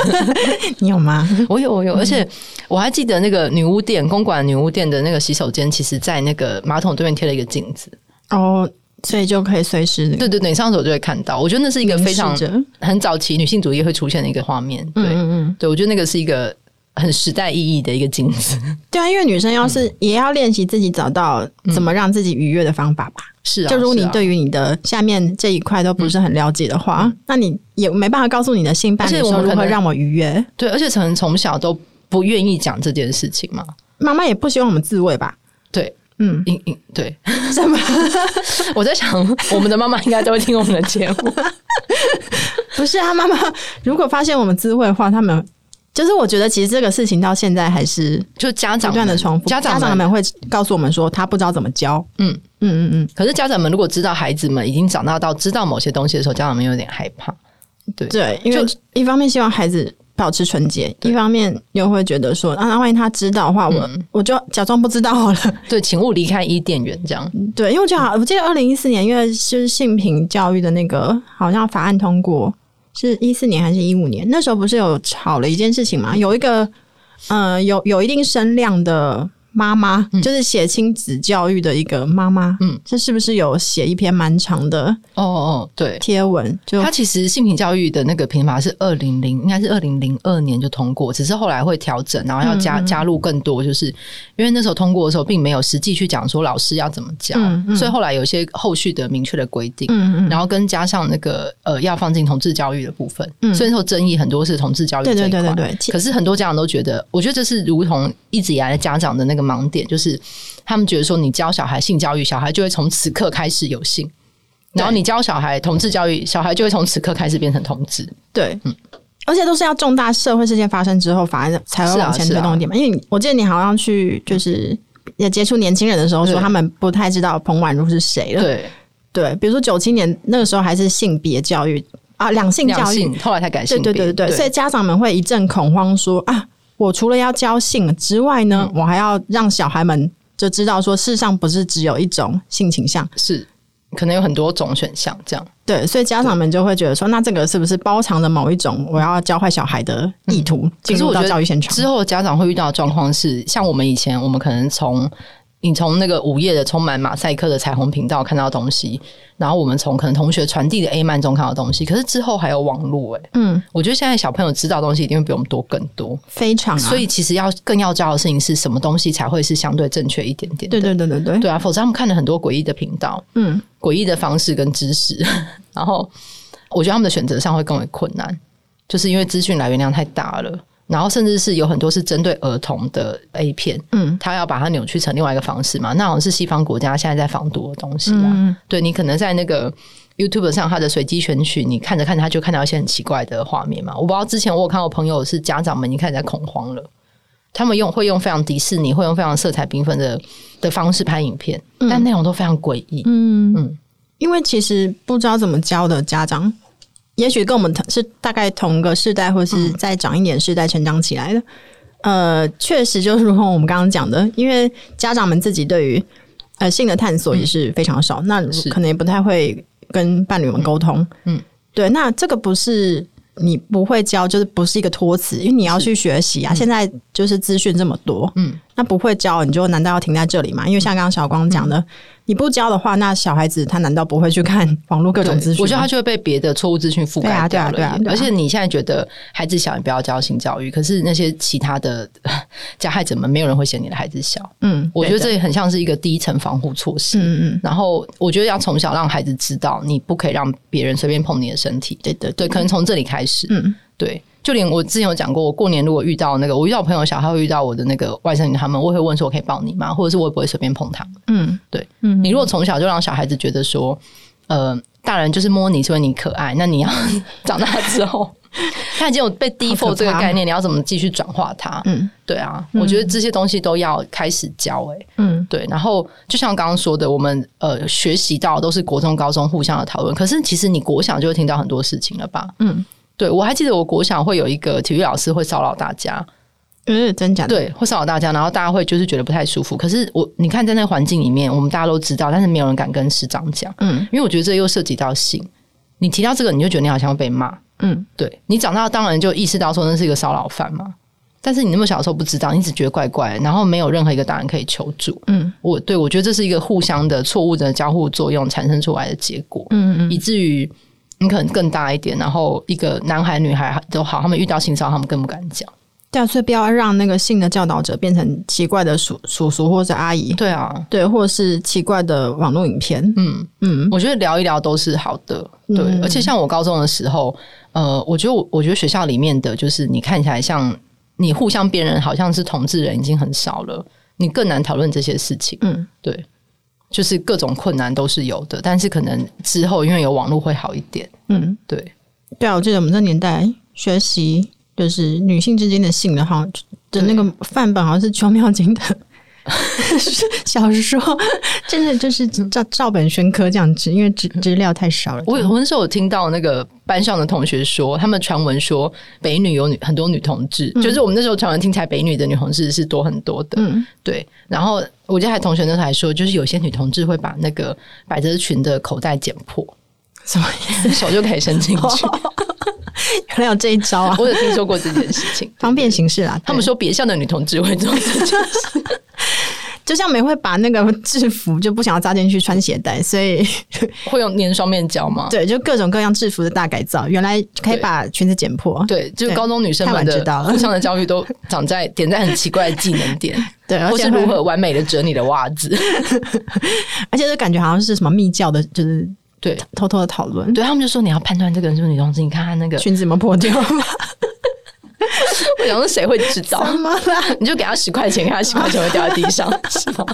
S4: 你有吗？
S3: 我有，我
S4: 嗯
S3: 有，而且我还记得那个女巫店，公馆女巫店的那个洗手间，其实在那个马桶对面贴了一个镜子。
S4: 哦，所以就可以随时
S3: 对对对，你上手就会看到。我觉得那是一个非常
S4: 凝视着
S3: 很早期女性主义会出现的一个画面。对，
S4: 嗯
S3: 对我觉得那个是一个很时代意义的一个镜子。
S4: 嗯，对啊，因为女生要是、也要练习自己找到怎么让自己愉悦的方法吧。
S3: 是啊，
S4: 就如果你
S3: 是啊
S4: 对于你的下面这一块都不是很了解的话，那你也没办法告诉你的性伴
S3: 而
S4: 侣
S3: 且我们
S4: 说如
S3: 可
S4: 何
S3: 能
S4: 让我愉悦。
S3: 对，而且可能从小都不愿意讲这件事情嘛。
S4: 妈妈也不希望我们自慰吧？
S3: 对，
S4: 嗯，
S3: 因因对，
S4: 什么？
S3: 我在想，我们的妈妈应该都会听我们的节目。
S4: 不是啊，妈妈，如果发现我们自慰的话，他们就是我觉得其实这个事情到现在还是
S3: 就家
S4: 不
S3: 长
S4: 断的
S3: 们
S4: 重复，
S3: 家长
S4: 长
S3: 们
S4: 们会告诉我们说他不知道怎么教，
S3: 嗯
S4: 嗯嗯嗯，
S3: 可是家长们如果知道孩子们已经长大到知道某些东西的时候，家长们有点害怕。
S4: 对，因为
S3: 就
S4: 一方面希望孩子。保持纯洁，
S3: 对嗯
S4: 一方面又会觉得说，啊，那万一他知道的话，我、我就假装不知道好了。
S3: 对，请勿离开伊甸园这样。
S4: 对，因为我觉得好，我记得二零一四年，因为就是性平教育的那个好像法案通过，是一四年还是一五年？那时候不是有吵了一件事情嘛？有一个呃，有有一定声量的妈妈，就是写亲子教育的一个妈妈，
S3: 嗯
S4: 嗯，这是不是有写一篇蛮长的
S3: 哦哦，对，
S4: 贴文？就
S3: 它其实性平教育的那个平法是二零零，应该是二零零二年就通过，只是后来会调整，然后要
S4: 嗯
S3: 加、加入更多，就是因为那时候通过的时候，并没有实际去讲说老师要怎么教，
S4: 嗯嗯
S3: 所以后来有一些后续的明确的规定。
S4: 嗯嗯，
S3: 然后跟加上那个呃，要放进同志教育的部分，
S4: 嗯
S3: 所以那时候争议很多是同志教育这一
S4: 对对
S3: 块。
S4: 对对对，其
S3: 可是很多家长都觉得，我觉得这是如同一直以来的家长的那个盲点，就是他们觉得说，你教小孩性教育，小孩就会从此刻开始有性；然后你教小孩同志教育，小孩就会从此刻开始变成同志。
S4: 对，
S3: 嗯
S4: 而且都是要重大社会事件发生之后，法案才会
S3: 是啊
S4: 往前
S3: 是
S4: 推动
S3: 啊
S4: 一点嘛。因为你我记得你好像去就是也接触年轻人的时候，说
S3: 对
S4: 他们不太知道彭婉如是谁了。
S3: 对，
S4: 对，比如说九七年那个时候还是性别教育啊，两性
S3: 两
S4: 教育，
S3: 性后来才改性
S4: 对
S3: 别，
S4: 对对对对，所以家长们会一阵恐慌说，啊，我除了要教性之外呢，
S3: 嗯
S4: 我还要让小孩们就知道说，世上不是只有一种性倾向。
S3: 是可能有很多种选项这样。
S4: 对，所以家长们就会觉得说，那这个是不是包藏着某一种我要教坏小孩的意图
S3: 嗯可
S4: 进
S3: 是
S4: 入
S3: 我觉
S4: 到
S3: 得
S4: 教育现场？
S3: 之后家长会遇到的状况是，像我们以前，我们可能从你从那个午夜的充满马赛克的彩虹频道看到东西，然后我们从可能同学传递的 A 漫中看到东西，可是之后还有网络、欸，
S4: 嗯，
S3: 我觉得现在小朋友知道的东西一定会比我们多更多，
S4: 非常啊，
S3: 所以其实要更要教的事情是什么东西才会是相对正确一点点的
S4: 对对对对对，
S3: 对啊，否则他们看了很多诡异的频道、
S4: 嗯，
S3: 诡异的方式跟知识， 然后我觉得他们的选择上会更为困难，就是因为资讯来源量太大了，然后甚至是有很多是针对儿童的 A 片，
S4: 嗯，
S3: 他要把它扭曲成另外一个方式嘛，那好像是西方国家现在在防毒的东西啊，
S4: 嗯
S3: 对你可能在那个 YouTube 上，它的随机选取，你看着看着，它就看到一些很奇怪的画面嘛。我不知道之前我有看过朋友是家长们已经开始在恐慌了，他们用会用非常迪士尼，会用非常色彩缤纷的的方式拍影片，但内容都非常诡异。
S4: 嗯
S3: 嗯
S4: 嗯，因为其实不知道怎么教的家长，也许跟我们同是大概同个世代，或
S3: 嗯
S4: 是再长一点世代成长起来的。呃，确实就是如同我们刚刚讲的，因为家长们自己对于呃性的探索也是非常少，那
S3: 嗯是
S4: 可能也不太会跟伴侣们沟通。
S3: 嗯嗯
S4: 对，那这个不是。你不会教，就是不是一个托词，因为你要去学习啊。现在就是资讯这么多，
S3: 嗯，
S4: 那不会教，你就难道要停在这里吗？因为像刚刚小光讲
S3: 嗯
S4: 的，你不教的话，那小孩子他难道不会去看网络各种资
S3: 对
S4: 讯吗？
S3: 我觉得他就会被别的错误资讯覆
S4: 对
S3: 盖
S4: 啊对
S3: 掉
S4: 啊
S3: 了
S4: 对
S3: 耶
S4: 啊。对啊
S3: 而且你现在觉得孩子小，你不要教性教育，可是那些其他的 加害者们，没有人会嫌你的孩子小。
S4: 嗯，
S3: 我觉得
S4: 对
S3: 这也很像是一个第一层防护措施。
S4: 对嗯嗯，
S3: 然后我觉得要从小让孩子知道，你不可以让别人随便碰你的身体。
S4: 对对
S3: 对，可能从这里开始。
S4: 嗯
S3: 对，就连我之前有讲过，我过年如果遇到那个，我遇到朋友小孩会遇到我的那个外甥女，他们我也会问说，我可以抱你吗？或者是我也不会随便碰他们。
S4: 嗯
S3: 对，
S4: 嗯
S3: 你如果从小就让小孩子觉得说，呃，大人就是摸你是因为你可爱，那你要 长大之 后，他已经有被 default 这个
S4: 怕
S3: 概念，你要怎么继续转化它？
S4: 嗯
S3: 对啊，我觉得这些东西都要开始教、欸。
S4: 嗯
S3: 对，然后就像刚刚说的，我们呃学习到都是国中、高中互相的讨论，可是其实你国小就会听到很多事情了吧？
S4: 嗯，
S3: 对我还记得我国小会有一个体育老师会骚扰大家，
S4: 嗯，真假的？
S3: 对，会骚扰大家，然后大家会就是觉得不太舒服。可是我你看在那个环境里面，我们大家都知道，但是没有人敢跟师长讲，
S4: 嗯
S3: 因为我觉得这又涉及到性，你提到这个你就觉得你好像会被骂，
S4: 嗯
S3: 对你长大当然就意识到说那是一个骚扰犯嘛。但是你那么小的时候不知道，你只觉得怪怪，然后没有任何一个大人可以求助。
S4: 嗯
S3: 我对我觉得这是一个互相的错误的交互作用产生出来的结果，
S4: 嗯
S3: 以至于你可能更大一点，然后一个男孩女孩都好，他们遇到性骚扰，他们更不敢讲。
S4: 对啊，所以不要让那个性的教导者变成奇怪的叔叔叔或者阿姨，
S3: 对啊，
S4: 对，或是奇怪的网络影片。
S3: 嗯，
S4: 嗯
S3: 我觉得聊一聊都是好的，对。
S4: 嗯
S3: 而且像我高中的时候，呃，我觉得我我觉得学校里面的就是你看起来像你互相辨认好像是同志人已经很少了，你更难讨论这些事情。
S4: 嗯，
S3: 对，就是各种困难都是有的，但是可能之后因为有网络会好一点，
S4: 嗯，
S3: 对。
S4: 对啊，我记得我们这年代学习就是女性之间的性的，好像的那个范本好像是邱妙金的 小说，真的就是照照本宣科这样子，因为资资料太少了。
S3: 嗯我有我那时候有听到那个班上的同学说，他们传闻说北女有女很多女同志，就是我们那时候传闻听起来北女的女同志是多很多的，
S4: 嗯
S3: 对。然后我记得还同学那时候还说，就是有些女同志会把那个百褶裙的口袋剪破，
S4: 什么
S3: 手就可以伸进去。
S4: 哦原来有这一招 啊？
S3: 我有听说过这件事情，
S4: 方便行事啦，
S3: 他们
S4: 对
S3: 说别校的女同志会做这件事，
S4: 就像梅会把那个制服就不想要扎进去穿鞋带，所 以
S3: 会用粘双面胶吗？
S4: 对，就各种各样制服的大改造，原来可以把裙子剪破。
S3: 对，就是高中女生们
S4: 太晚知道
S3: 的
S4: 了
S3: 互相的焦虑都长在点在很奇怪的技能点，
S4: 对，而
S3: 或
S4: 且
S3: 是如
S4: 会
S3: 何完美的折你的袜子。
S4: 而且就感觉好像是什么密教的，就是
S3: 对
S4: 偷偷的讨论。
S3: 对，他们就说你要判断这个人是不是女同志，你看他那个，
S4: 裙子有没有破掉？
S3: 我想说谁会知道？
S4: 怎么啦？
S3: 你就给他十块钱，看他十块钱会掉在地 上，是吗？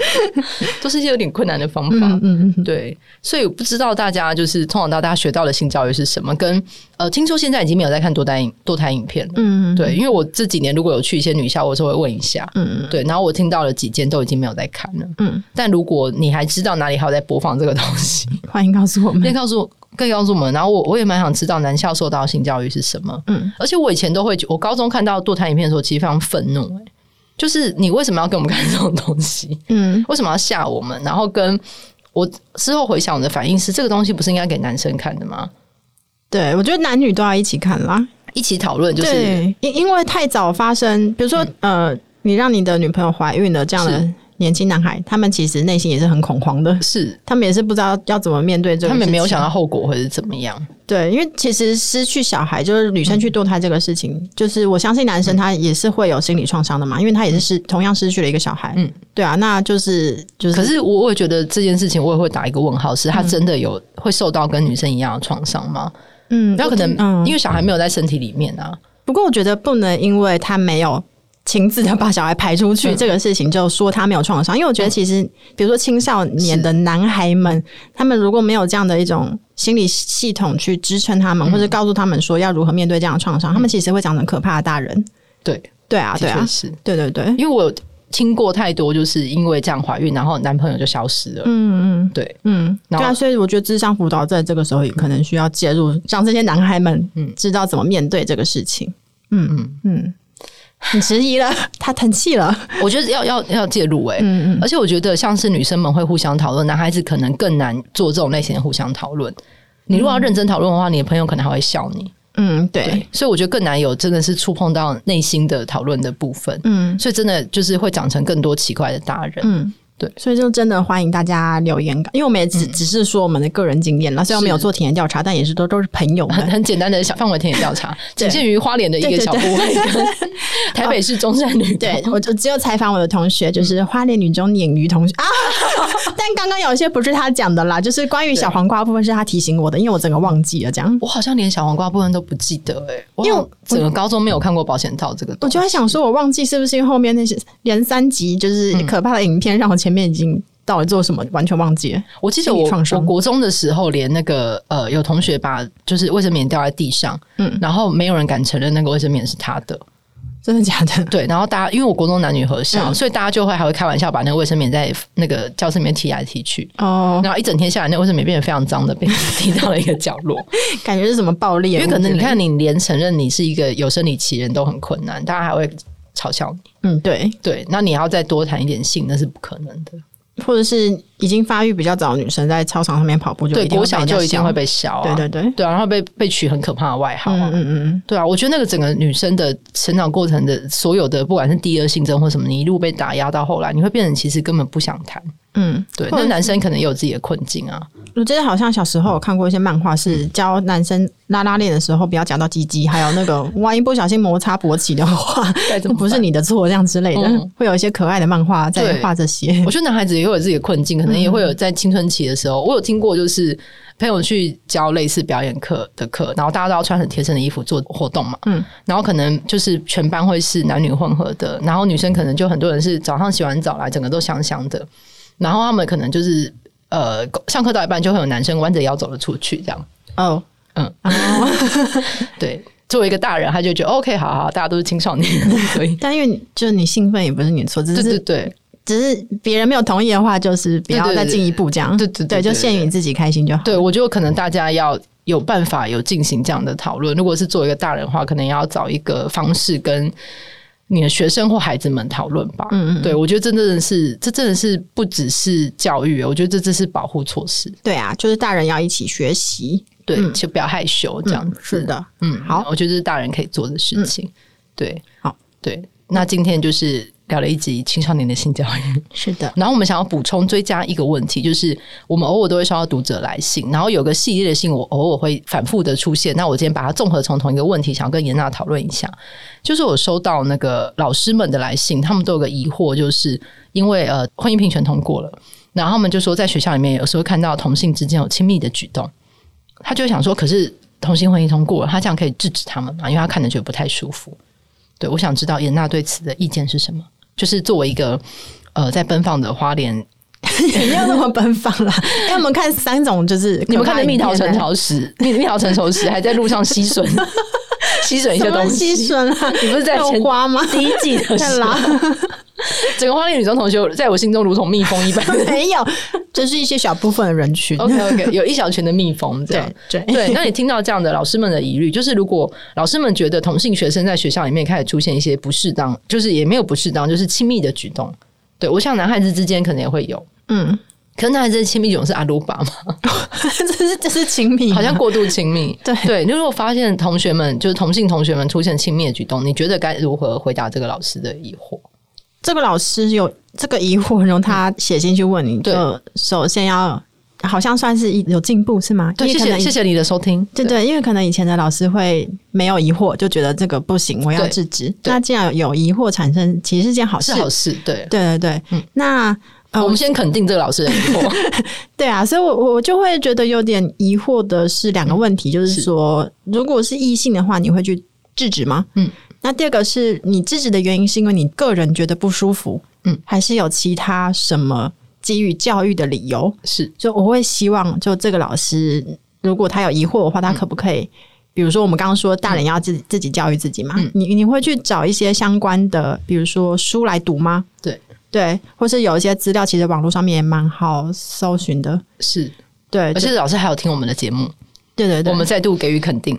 S3: 都是一些有点困难的方法。
S4: 嗯嗯嗯，
S3: 对，所以我不知道大家就是从小到大学到的性教育是什么，跟呃，听说现在已经没有在看多胎影多胎影片了。
S4: 嗯，
S3: 对，因为我这几年如果有去一些女校，我是会问一下。
S4: 嗯
S3: 对，然后我听到了几间都已经没有在看了。
S4: 嗯，
S3: 但如果你还知道哪里还有在播放这个东西，
S4: 欢迎告诉我
S3: 可以
S4: 们。
S3: 告诉我，可以告诉我们。然后我我也蛮想知道男校受到的性教育是什么。
S4: 嗯，
S3: 而且我以前都会觉，我高中看到堕胎影片的时候，其实非常愤怒、欸。就是你为什么要给我们看这种东西？
S4: 嗯
S3: 为什么要吓我们？然后跟我之后回想，我的反应是这个东西不是应该给男生看的吗？
S4: 对，我觉得男女都要一起看啦。
S3: 一起讨论，就是
S4: 对，因因为太早发生，比如说、呃，你让你的女朋友怀孕了这样的
S3: 是
S4: 年轻男孩，他们其实内心也是很恐慌的，
S3: 是
S4: 他们也是不知道要怎么面对这个。
S3: 他们没有想到，后果会是怎么样。
S4: 对，因为其实失去小孩就是女生去堕胎这个事情，就是我相信男生他也是会有心理创伤的嘛，因为他也是失同样失去了一个小孩。
S3: 嗯
S4: 嗯，对啊，那就是就是，
S3: 可是我会觉得这件事情，我也会打一个问号：是他真的有会受到跟女生一样的创伤吗？
S4: 嗯，
S3: 那可能
S4: 嗯，
S3: 因为小孩没有在身体里面啊，
S4: 不过我觉得不能因为他没有亲自的把小孩排出去、
S3: 嗯
S4: 这个事情，就说他没有创伤。因为我觉得其实，比如说青少年的男孩们，他们如果没有这样的一种心理系统去支撑他们，
S3: 嗯
S4: 或者告诉他们说要如何面对这样的创伤，他们其实会长成可怕的大人。
S3: 对，
S4: 对啊，对
S3: 的确
S4: 啊，
S3: 是。
S4: 对对对，
S3: 因为我有听过太多，就是因为这样怀孕，然后男朋友就消失了。
S4: 嗯嗯
S3: 对，
S4: 嗯，对
S3: 然
S4: 啊，
S3: 后
S4: 所以我觉得智商辅导在这个时候也可能需要介入，让这些男孩们
S3: 嗯
S4: 知道怎么面对这个事情。嗯
S3: 嗯
S4: 嗯嗯，你迟疑了，他叹气了。
S3: 我觉得要要要介入哎、
S4: 嗯嗯
S3: 而且我觉得像是女生们会互相讨论，男孩子可能更难做这种类型的互相讨论。你如果要认真讨论的话，你的朋友可能还会笑你。
S4: 嗯，
S3: 对，所以我觉得更难有真的是触碰到内心的讨论的部分。
S4: 嗯
S3: 所以真的就是会长成更多奇怪的大人。
S4: 嗯，
S3: 对
S4: 所以就真的欢迎大家留言，因为我们也只、
S3: 嗯
S4: 只是说我们的个人经验啦，虽然我们有做体验调查，但也是都都是朋友
S3: 很
S4: 们。
S3: 很简单的小范围田野调查，
S4: 对
S3: 仅限于花莲的一
S4: 对
S3: 个
S4: 对
S3: 小部位， 跟台北市中山女
S4: 对
S3: 对，嗯
S4: 我就只有采访我的同学，就是花莲女中鲶鱼 同学啊。但刚刚有一些不是他讲的啦，就是关于小黄瓜的部分是他提醒我的，因为我整个忘记了这样。
S3: 我好像连小黄瓜部分都不记得哎、我
S4: 因为
S3: 好像整个高中没有看过保险套这个
S4: 我
S3: 东西。
S4: 就在想说，我忘记是不是因为后面那些连三集就是可怕的影片，让我前面已经到底做什么完全忘记了。
S3: 我记得
S4: 心
S3: 我
S4: 理创伤
S3: 我国中的时候，连那个呃，有同学把就是卫生棉掉在地上，嗯
S4: 嗯，
S3: 然后没有人敢承认那个卫生棉是他的，
S4: 真的假的？
S3: 对，然后大家因为我国中男女合校，
S4: 嗯
S3: 所以大家就会还会开玩笑把那个卫生棉在那个教室里面踢来踢去。
S4: 哦，
S3: 然后一整天下来，那个卫生棉变得非常脏的，被 踢到了一个角 落。
S4: 感觉是什么暴力？
S3: 因为可能你，看，你连承认你是一个有生理期人都很困难，大家还会嘲笑你。
S4: 嗯，对，
S3: 对，那你要再多谈一点性，那是不可能的。
S4: 或者是已经发育比较早的女生在操场上面跑步就
S3: 对，
S4: 一定
S3: 国
S4: 会被
S3: 小
S4: 人家
S3: 就一定
S4: 笑
S3: 会被笑啊，
S4: 对对对，
S3: 对啊，然后被被取很可怕的外号啊。
S4: 嗯嗯
S3: 对啊，我觉得那个整个女生的成长过程的所有的，不管是第二性征或什么，你一路被打压到后来，你会变成其实根本不想谈。
S4: 嗯
S3: 对，
S4: 或者
S3: 那
S4: 是
S3: 男生可能也有自己的困境啊。
S4: 嗯，我记得好像小时候有看过一些漫画，是教男生拉拉链的时候不要夹到鸡鸡，还有那 个万一不小心摩擦勃起的话，
S3: 该怎
S4: 那
S3: 么
S4: 不是
S3: 办？
S4: 你的错这样之类的，
S3: 嗯
S4: 会有一些可爱的漫画在
S3: 对
S4: 画这些
S3: 我。觉得男孩子也会有自己的困境，可能也会有在青春期的时
S4: 嗯
S3: 候，我有听过，就是朋友去教类似表演课的课，然后大家都要穿很贴身的衣服做活动嘛，嗯
S4: 嗯，
S3: 然后可能就是全班会是男女混合的，然后女生可能就很多人是早上洗完澡来，整个都香香的，然后他们可能就是呃上课到一半就会有男生弯着腰走了出去，这样
S4: 哦，
S3: 嗯
S4: 哦，
S3: 对。作为一个大人，他就觉得 OK，好好，大家都是青少年，所以
S4: 但因为你就是你兴奋也不是你的 错，只
S3: 对
S4: 是
S3: 对对，
S4: 只是别人没有同意的话，就是不要
S3: 对对
S4: 再
S3: 对
S4: 进一步这样。
S3: 对对对
S4: 对，
S3: 对
S4: 就
S3: 对
S4: 限于你自己开心就好。
S3: 对，我觉得可能大家要有办法有进行这样的讨论。如果是作为一个大人的话，可能也要找一个方式跟你的学生或孩子们讨论吧。
S4: 嗯嗯
S3: 对我觉得这真的是，这真的是不只是教育，我觉得这这是保护措施。
S4: 对啊，就是大人要一起学习。
S3: 对，
S4: 嗯
S3: 就不要害羞这样子。
S4: 是，的，
S3: 嗯，
S4: 好嗯
S3: 我觉得这是大人可以做的事情。对，
S4: 好，
S3: 对，那今天就是。聊了一集青少年的性教育。
S4: 是 的，
S3: 然后我们想要补充追加一个问题，就是我们偶尔都会收到读者来信，然后有个系列的信，我偶尔会反复的出现。那我今天把它综合从同一个问题，想要跟严娜讨论一下，就是我收到那个老师们的来信，他们都有个疑惑，就是因为呃婚姻平权通过了，然后他们就说在学校里面有时候看到同性之间有亲密的举动，他就会想说，可是同性婚姻通过了，他这样可以制止他们吗？因为他看着觉得不太舒服。对，我想知道严娜对此的意见是什么？就是作为一个呃，在奔放的花莲，
S4: 没有那么奔放啦。 因为我们看三种，就是
S3: 你们看的蜜桃成
S4: 什么
S3: 熟 时，蜜蜜桃成熟时还在路上吸 吮，吸吮一些东西。
S4: 吸吮啊？
S3: 你不是在
S4: 豆
S3: 前
S4: 花吗？
S3: 第一季的
S4: 在
S3: 时候
S4: 拉，
S3: 整个花莲女中同学在我心中如同蜜蜂 一般。
S4: 没有，就是一些小部分的人群。
S3: OK OK，有一 小群的蜜蜂这样
S4: 对。对
S3: 对，那你听到这样的老师们的疑虑，就是如果老师们觉得同性学生在学校里面开始出现一些不适当，就是也没有不适当，就是亲密的举动。对我想男孩子之间可能也会有，
S4: 嗯，
S3: 可是男孩子的亲密举动是阿鲁巴嘛，
S4: 这是这是亲密吗，
S3: 好像过度亲密。
S4: 对
S3: 嗯 对，你如果发现同学们就是同性同学们出现亲密的举动，你觉得该如何回答这个老师的疑惑？
S4: 这个老师有这个疑惑，然后他写信去问你，
S3: 对
S4: 就首先要好像算是一有进步是吗？
S3: 对，
S4: 因
S3: 谢
S4: 为可
S3: 谢
S4: 能以
S3: 谢。谢你的收听。
S4: 对对，因为可能以前的老师会没有疑惑，就觉得这个不行，我要
S3: 对
S4: 制止。
S3: 对
S4: 那既然有疑惑产生，其实是件好事。
S3: 是好事，对。
S4: 对对对，
S3: 嗯
S4: 那呃，
S3: 我
S4: 我
S3: 们先肯定这个老师的疑惑，
S4: 对啊，所以我我我就会觉得有点疑惑的是
S3: 嗯
S4: 两个问题，就是说，如果是异性的话，你会去制止吗？
S3: 嗯，
S4: 那第二个是你制止的原因是因为你个人觉得不舒服，
S3: 嗯，
S4: 还是有其他什么基于教育的理由？
S3: 是
S4: 就我会希望，就这个老师，如果他有疑惑
S3: 嗯
S4: 的话，他可不可以？比如说，我们刚刚说大人要自己、自己教育自己嘛，
S3: 嗯
S4: 你你会去找一些相关的，比如说书来读吗？
S3: 对
S4: 对，或是有一些资料，其实网络上面也蛮好搜寻的。
S3: 是，
S4: 对，
S3: 而
S4: 对
S3: 且老师还有听我们的节目，
S4: 对对对，
S3: 我们再度给予肯定。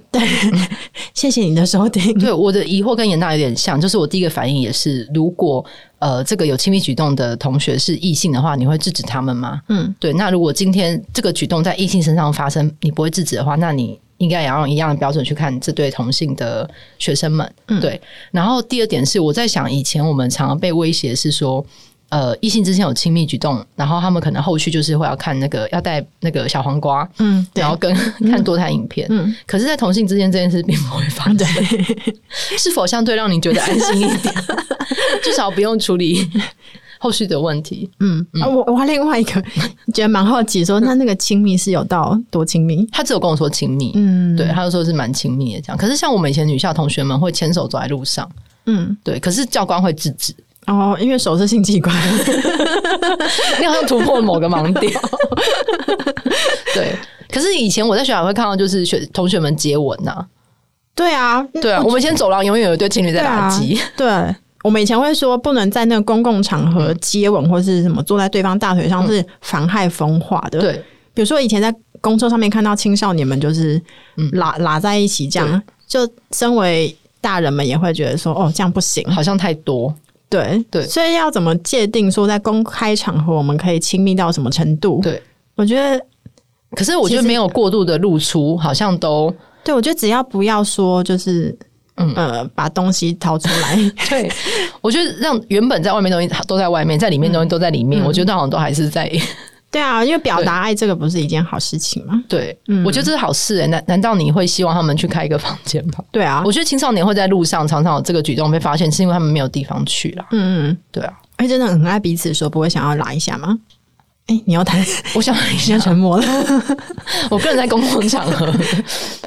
S4: 谢谢你的收 听。
S3: 对我的疑惑跟严娜有点像，就是我第一个反应也是，如果呃这个有亲密举动的同学是异性的话，你会制止他们吗？
S4: 嗯，
S3: 对。那如果今天这个举动在异性身上发生，你不会制止的话，那你应该也要用一样的标准去看这对同性的学生们。对。然后第二点是，我在想，以前我们常常被威胁是说。呃，异性之间有亲密举动，然后他们可能后续就是会要看那个要带那个小黄瓜，
S4: 嗯，对
S3: 然，后跟看多台影片。
S4: 嗯
S3: 可是，在同性之间这件事并不会发生。 是否相对让你觉得安心一 点？至少不用处理后续的问题。
S4: 嗯，啊我我还另外一个觉得蛮好奇
S3: 嗯
S4: 说，那那个亲密是有到多亲密？
S3: 他只有跟我说亲密，
S4: 嗯，
S3: 对，，他就说是蛮亲密的这样。可是像我们以前女校同学们会牵手走在路上，
S4: 嗯，
S3: 对，可是教官会制 止。
S4: 哦，因为手是性 器官，
S3: 你好像突破了某个盲 点。对，可是以前我在学校会看到，就是学同学们接吻呐、
S4: 对啊，
S3: 对啊，我们以前走廊永远有一对情侣在打
S4: 对
S3: 击。
S4: 对。我们以前会说不能在那个公共场合接吻或是什么坐在对方大腿上是妨害风化的。，
S3: 嗯对，
S4: 比如说以前在公车上面看到青少年们就是
S3: 嗯
S4: 拉拉在一起这样，就身为大人们也会觉得说哦这样不行。
S3: 好像太多。
S4: 对
S3: 对
S4: 所以要怎么界定说在公开场合我们可以亲密到什么程度？
S3: 对，
S4: 我觉得，
S3: 可是我觉得
S4: 其实
S3: 没有过度的露出，好像 都
S4: 对我觉得只要不要说就是，
S3: 嗯
S4: 呃，把东西掏出 来，
S3: 对，我觉得让原本在外面的东西都在外面，在里面的东西都在里
S4: 嗯
S3: 面，我觉得好像都还是在。
S4: 对啊，因为表达爱这个不是一件好事情吗？
S3: 对，
S4: 嗯
S3: 我觉得这是好事、欸。难难道你会希望他们去开一个房间吗？
S4: 对啊，
S3: 我觉得青少年会在路上常常有这个举动被发现，是因为他们没有地方去啦。
S4: 嗯嗯，
S3: 对啊，
S4: 而且真的很爱彼此的时候，不会想要拉一下吗？哎、你要谈，
S3: 我想 一下
S4: 现在，沉默了
S3: 我个人在公共场合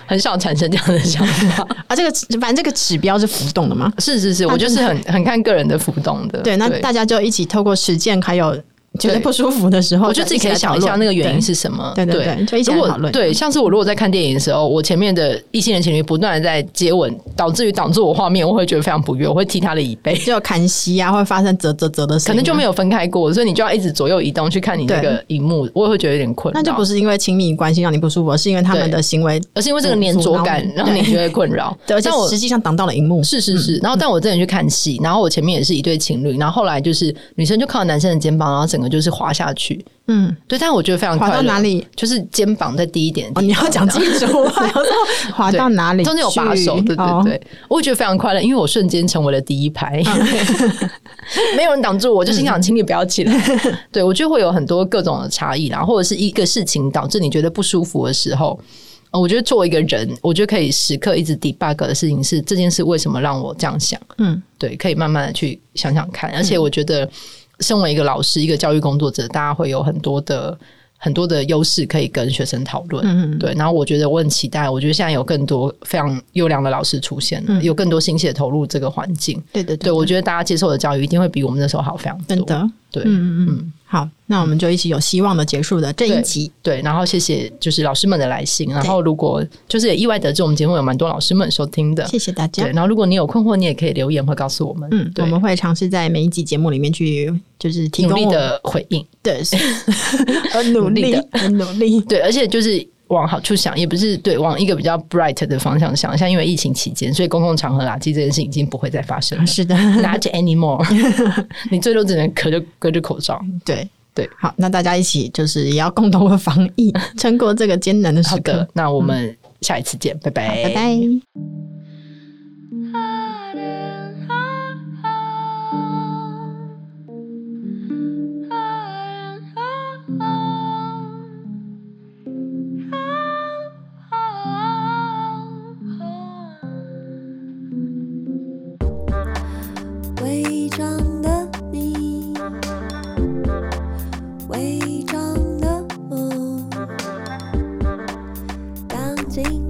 S3: 很少产生这样的想 法。
S4: 啊！这个反正这个指标是浮动的嘛，
S3: 是是
S4: 啊
S3: 是，我就是很很看个人的浮动的。
S4: 对，那大家就一起透过实践，还有觉得
S3: 对
S4: 不舒服的时候，
S3: 我觉得自己可以想一下那个原因
S4: 是。
S3: 是什么。
S4: 对对对就一起来
S3: 如果
S4: 讨论
S3: 对，像是我如果在看电影的时候，我前面的异性恋情侣不断的在接吻，导致于挡住我画面，我会觉得非常不悦，我会踢他的椅背。
S4: 就有砍息啊，会发生啧啧啧的声音啊，
S3: 可能就没有分开过，所以你就要一直左右移动去看你那个荧幕，我也会觉得有点困扰。
S4: 那就不
S3: 是，
S4: 是因为亲密关系让你不舒服，而是因为他们的行为，
S3: 而是因为这个粘着感
S4: 阻挠
S3: 让你觉得困扰。
S4: 对，而且嗯
S3: 但我
S4: 实际上挡到了荧幕。
S3: 是是是，然后但我之前去看戏，然后我前面也是一对情侣，然后后来就是女生就靠男生的肩膀，然后整个就是滑下去。
S4: 嗯，
S3: 对，但我觉得非常快
S4: 滑到
S3: 乐
S4: 哪里？
S3: 就是肩膀在低一点的
S4: 哦，
S3: 地
S4: 你
S3: 方
S4: 要讲清楚， 我想说滑
S3: 对
S4: 到哪里去？
S3: 中间有把手，对对
S4: 哦
S3: 对，我也觉得非常快乐，因为我瞬间成为了第一 排， 没有人挡住我，我就心想，请你不要起来。 对我觉得会有很多各种的差异啦，或者是一个事情导致你觉得不舒服的时候。呃我觉得作为一个人，我觉得可以时刻一直 debug 的事情是这件事为什么让我这样想。
S4: 嗯，
S3: 对，可以慢慢的去想想看。而且我觉得，身为一个老师、一个教育工作者，大家会有很多的很多的优势可以跟学生讨论。
S4: 嗯嗯
S3: 对。然后我觉得我很期待，我觉得现在有更多非常优良的老师出现了，
S4: 嗯
S3: 有更多心血投入这个环境。
S4: 对对
S3: 对，我觉得大家接受的教育一定会比我们那时候好非常多。
S4: 真，的，
S3: 对，
S4: 嗯嗯嗯，好，那我们就一起有希望的结束的这一
S3: 对
S4: 集。
S3: 对，然后谢谢就是老师们的来信，然后如果就是也意外得知我们节目有蛮多老师们收听的，
S4: 谢谢大家
S3: 对，。然后如果你有困惑，你也可以留言会告诉我们，
S4: 嗯，
S3: 对
S4: 我，们会尝试在每一集节目里面去，就是提
S3: 努
S4: 供
S3: 力
S4: 我们
S3: 的回应。
S4: 对，很努
S3: 力
S4: 力，很努 力。。
S3: 对，而且就是往好处想，也不是对往一个比较 bright 的方向想。像因为疫情期间，所以公共场合垃圾这件事已经不会再发生了
S4: 是的，
S3: Not anymore，你最多只能隔着隔着口罩。
S4: 对
S3: 对。
S4: 好，那大家一起就是也要共同的防疫，撑过这个艰难的时
S3: 好
S4: 刻
S3: 的。，那我们下一次见，拜拜，
S4: 拜拜。
S2: 伪装的你，伪装的我，钢琴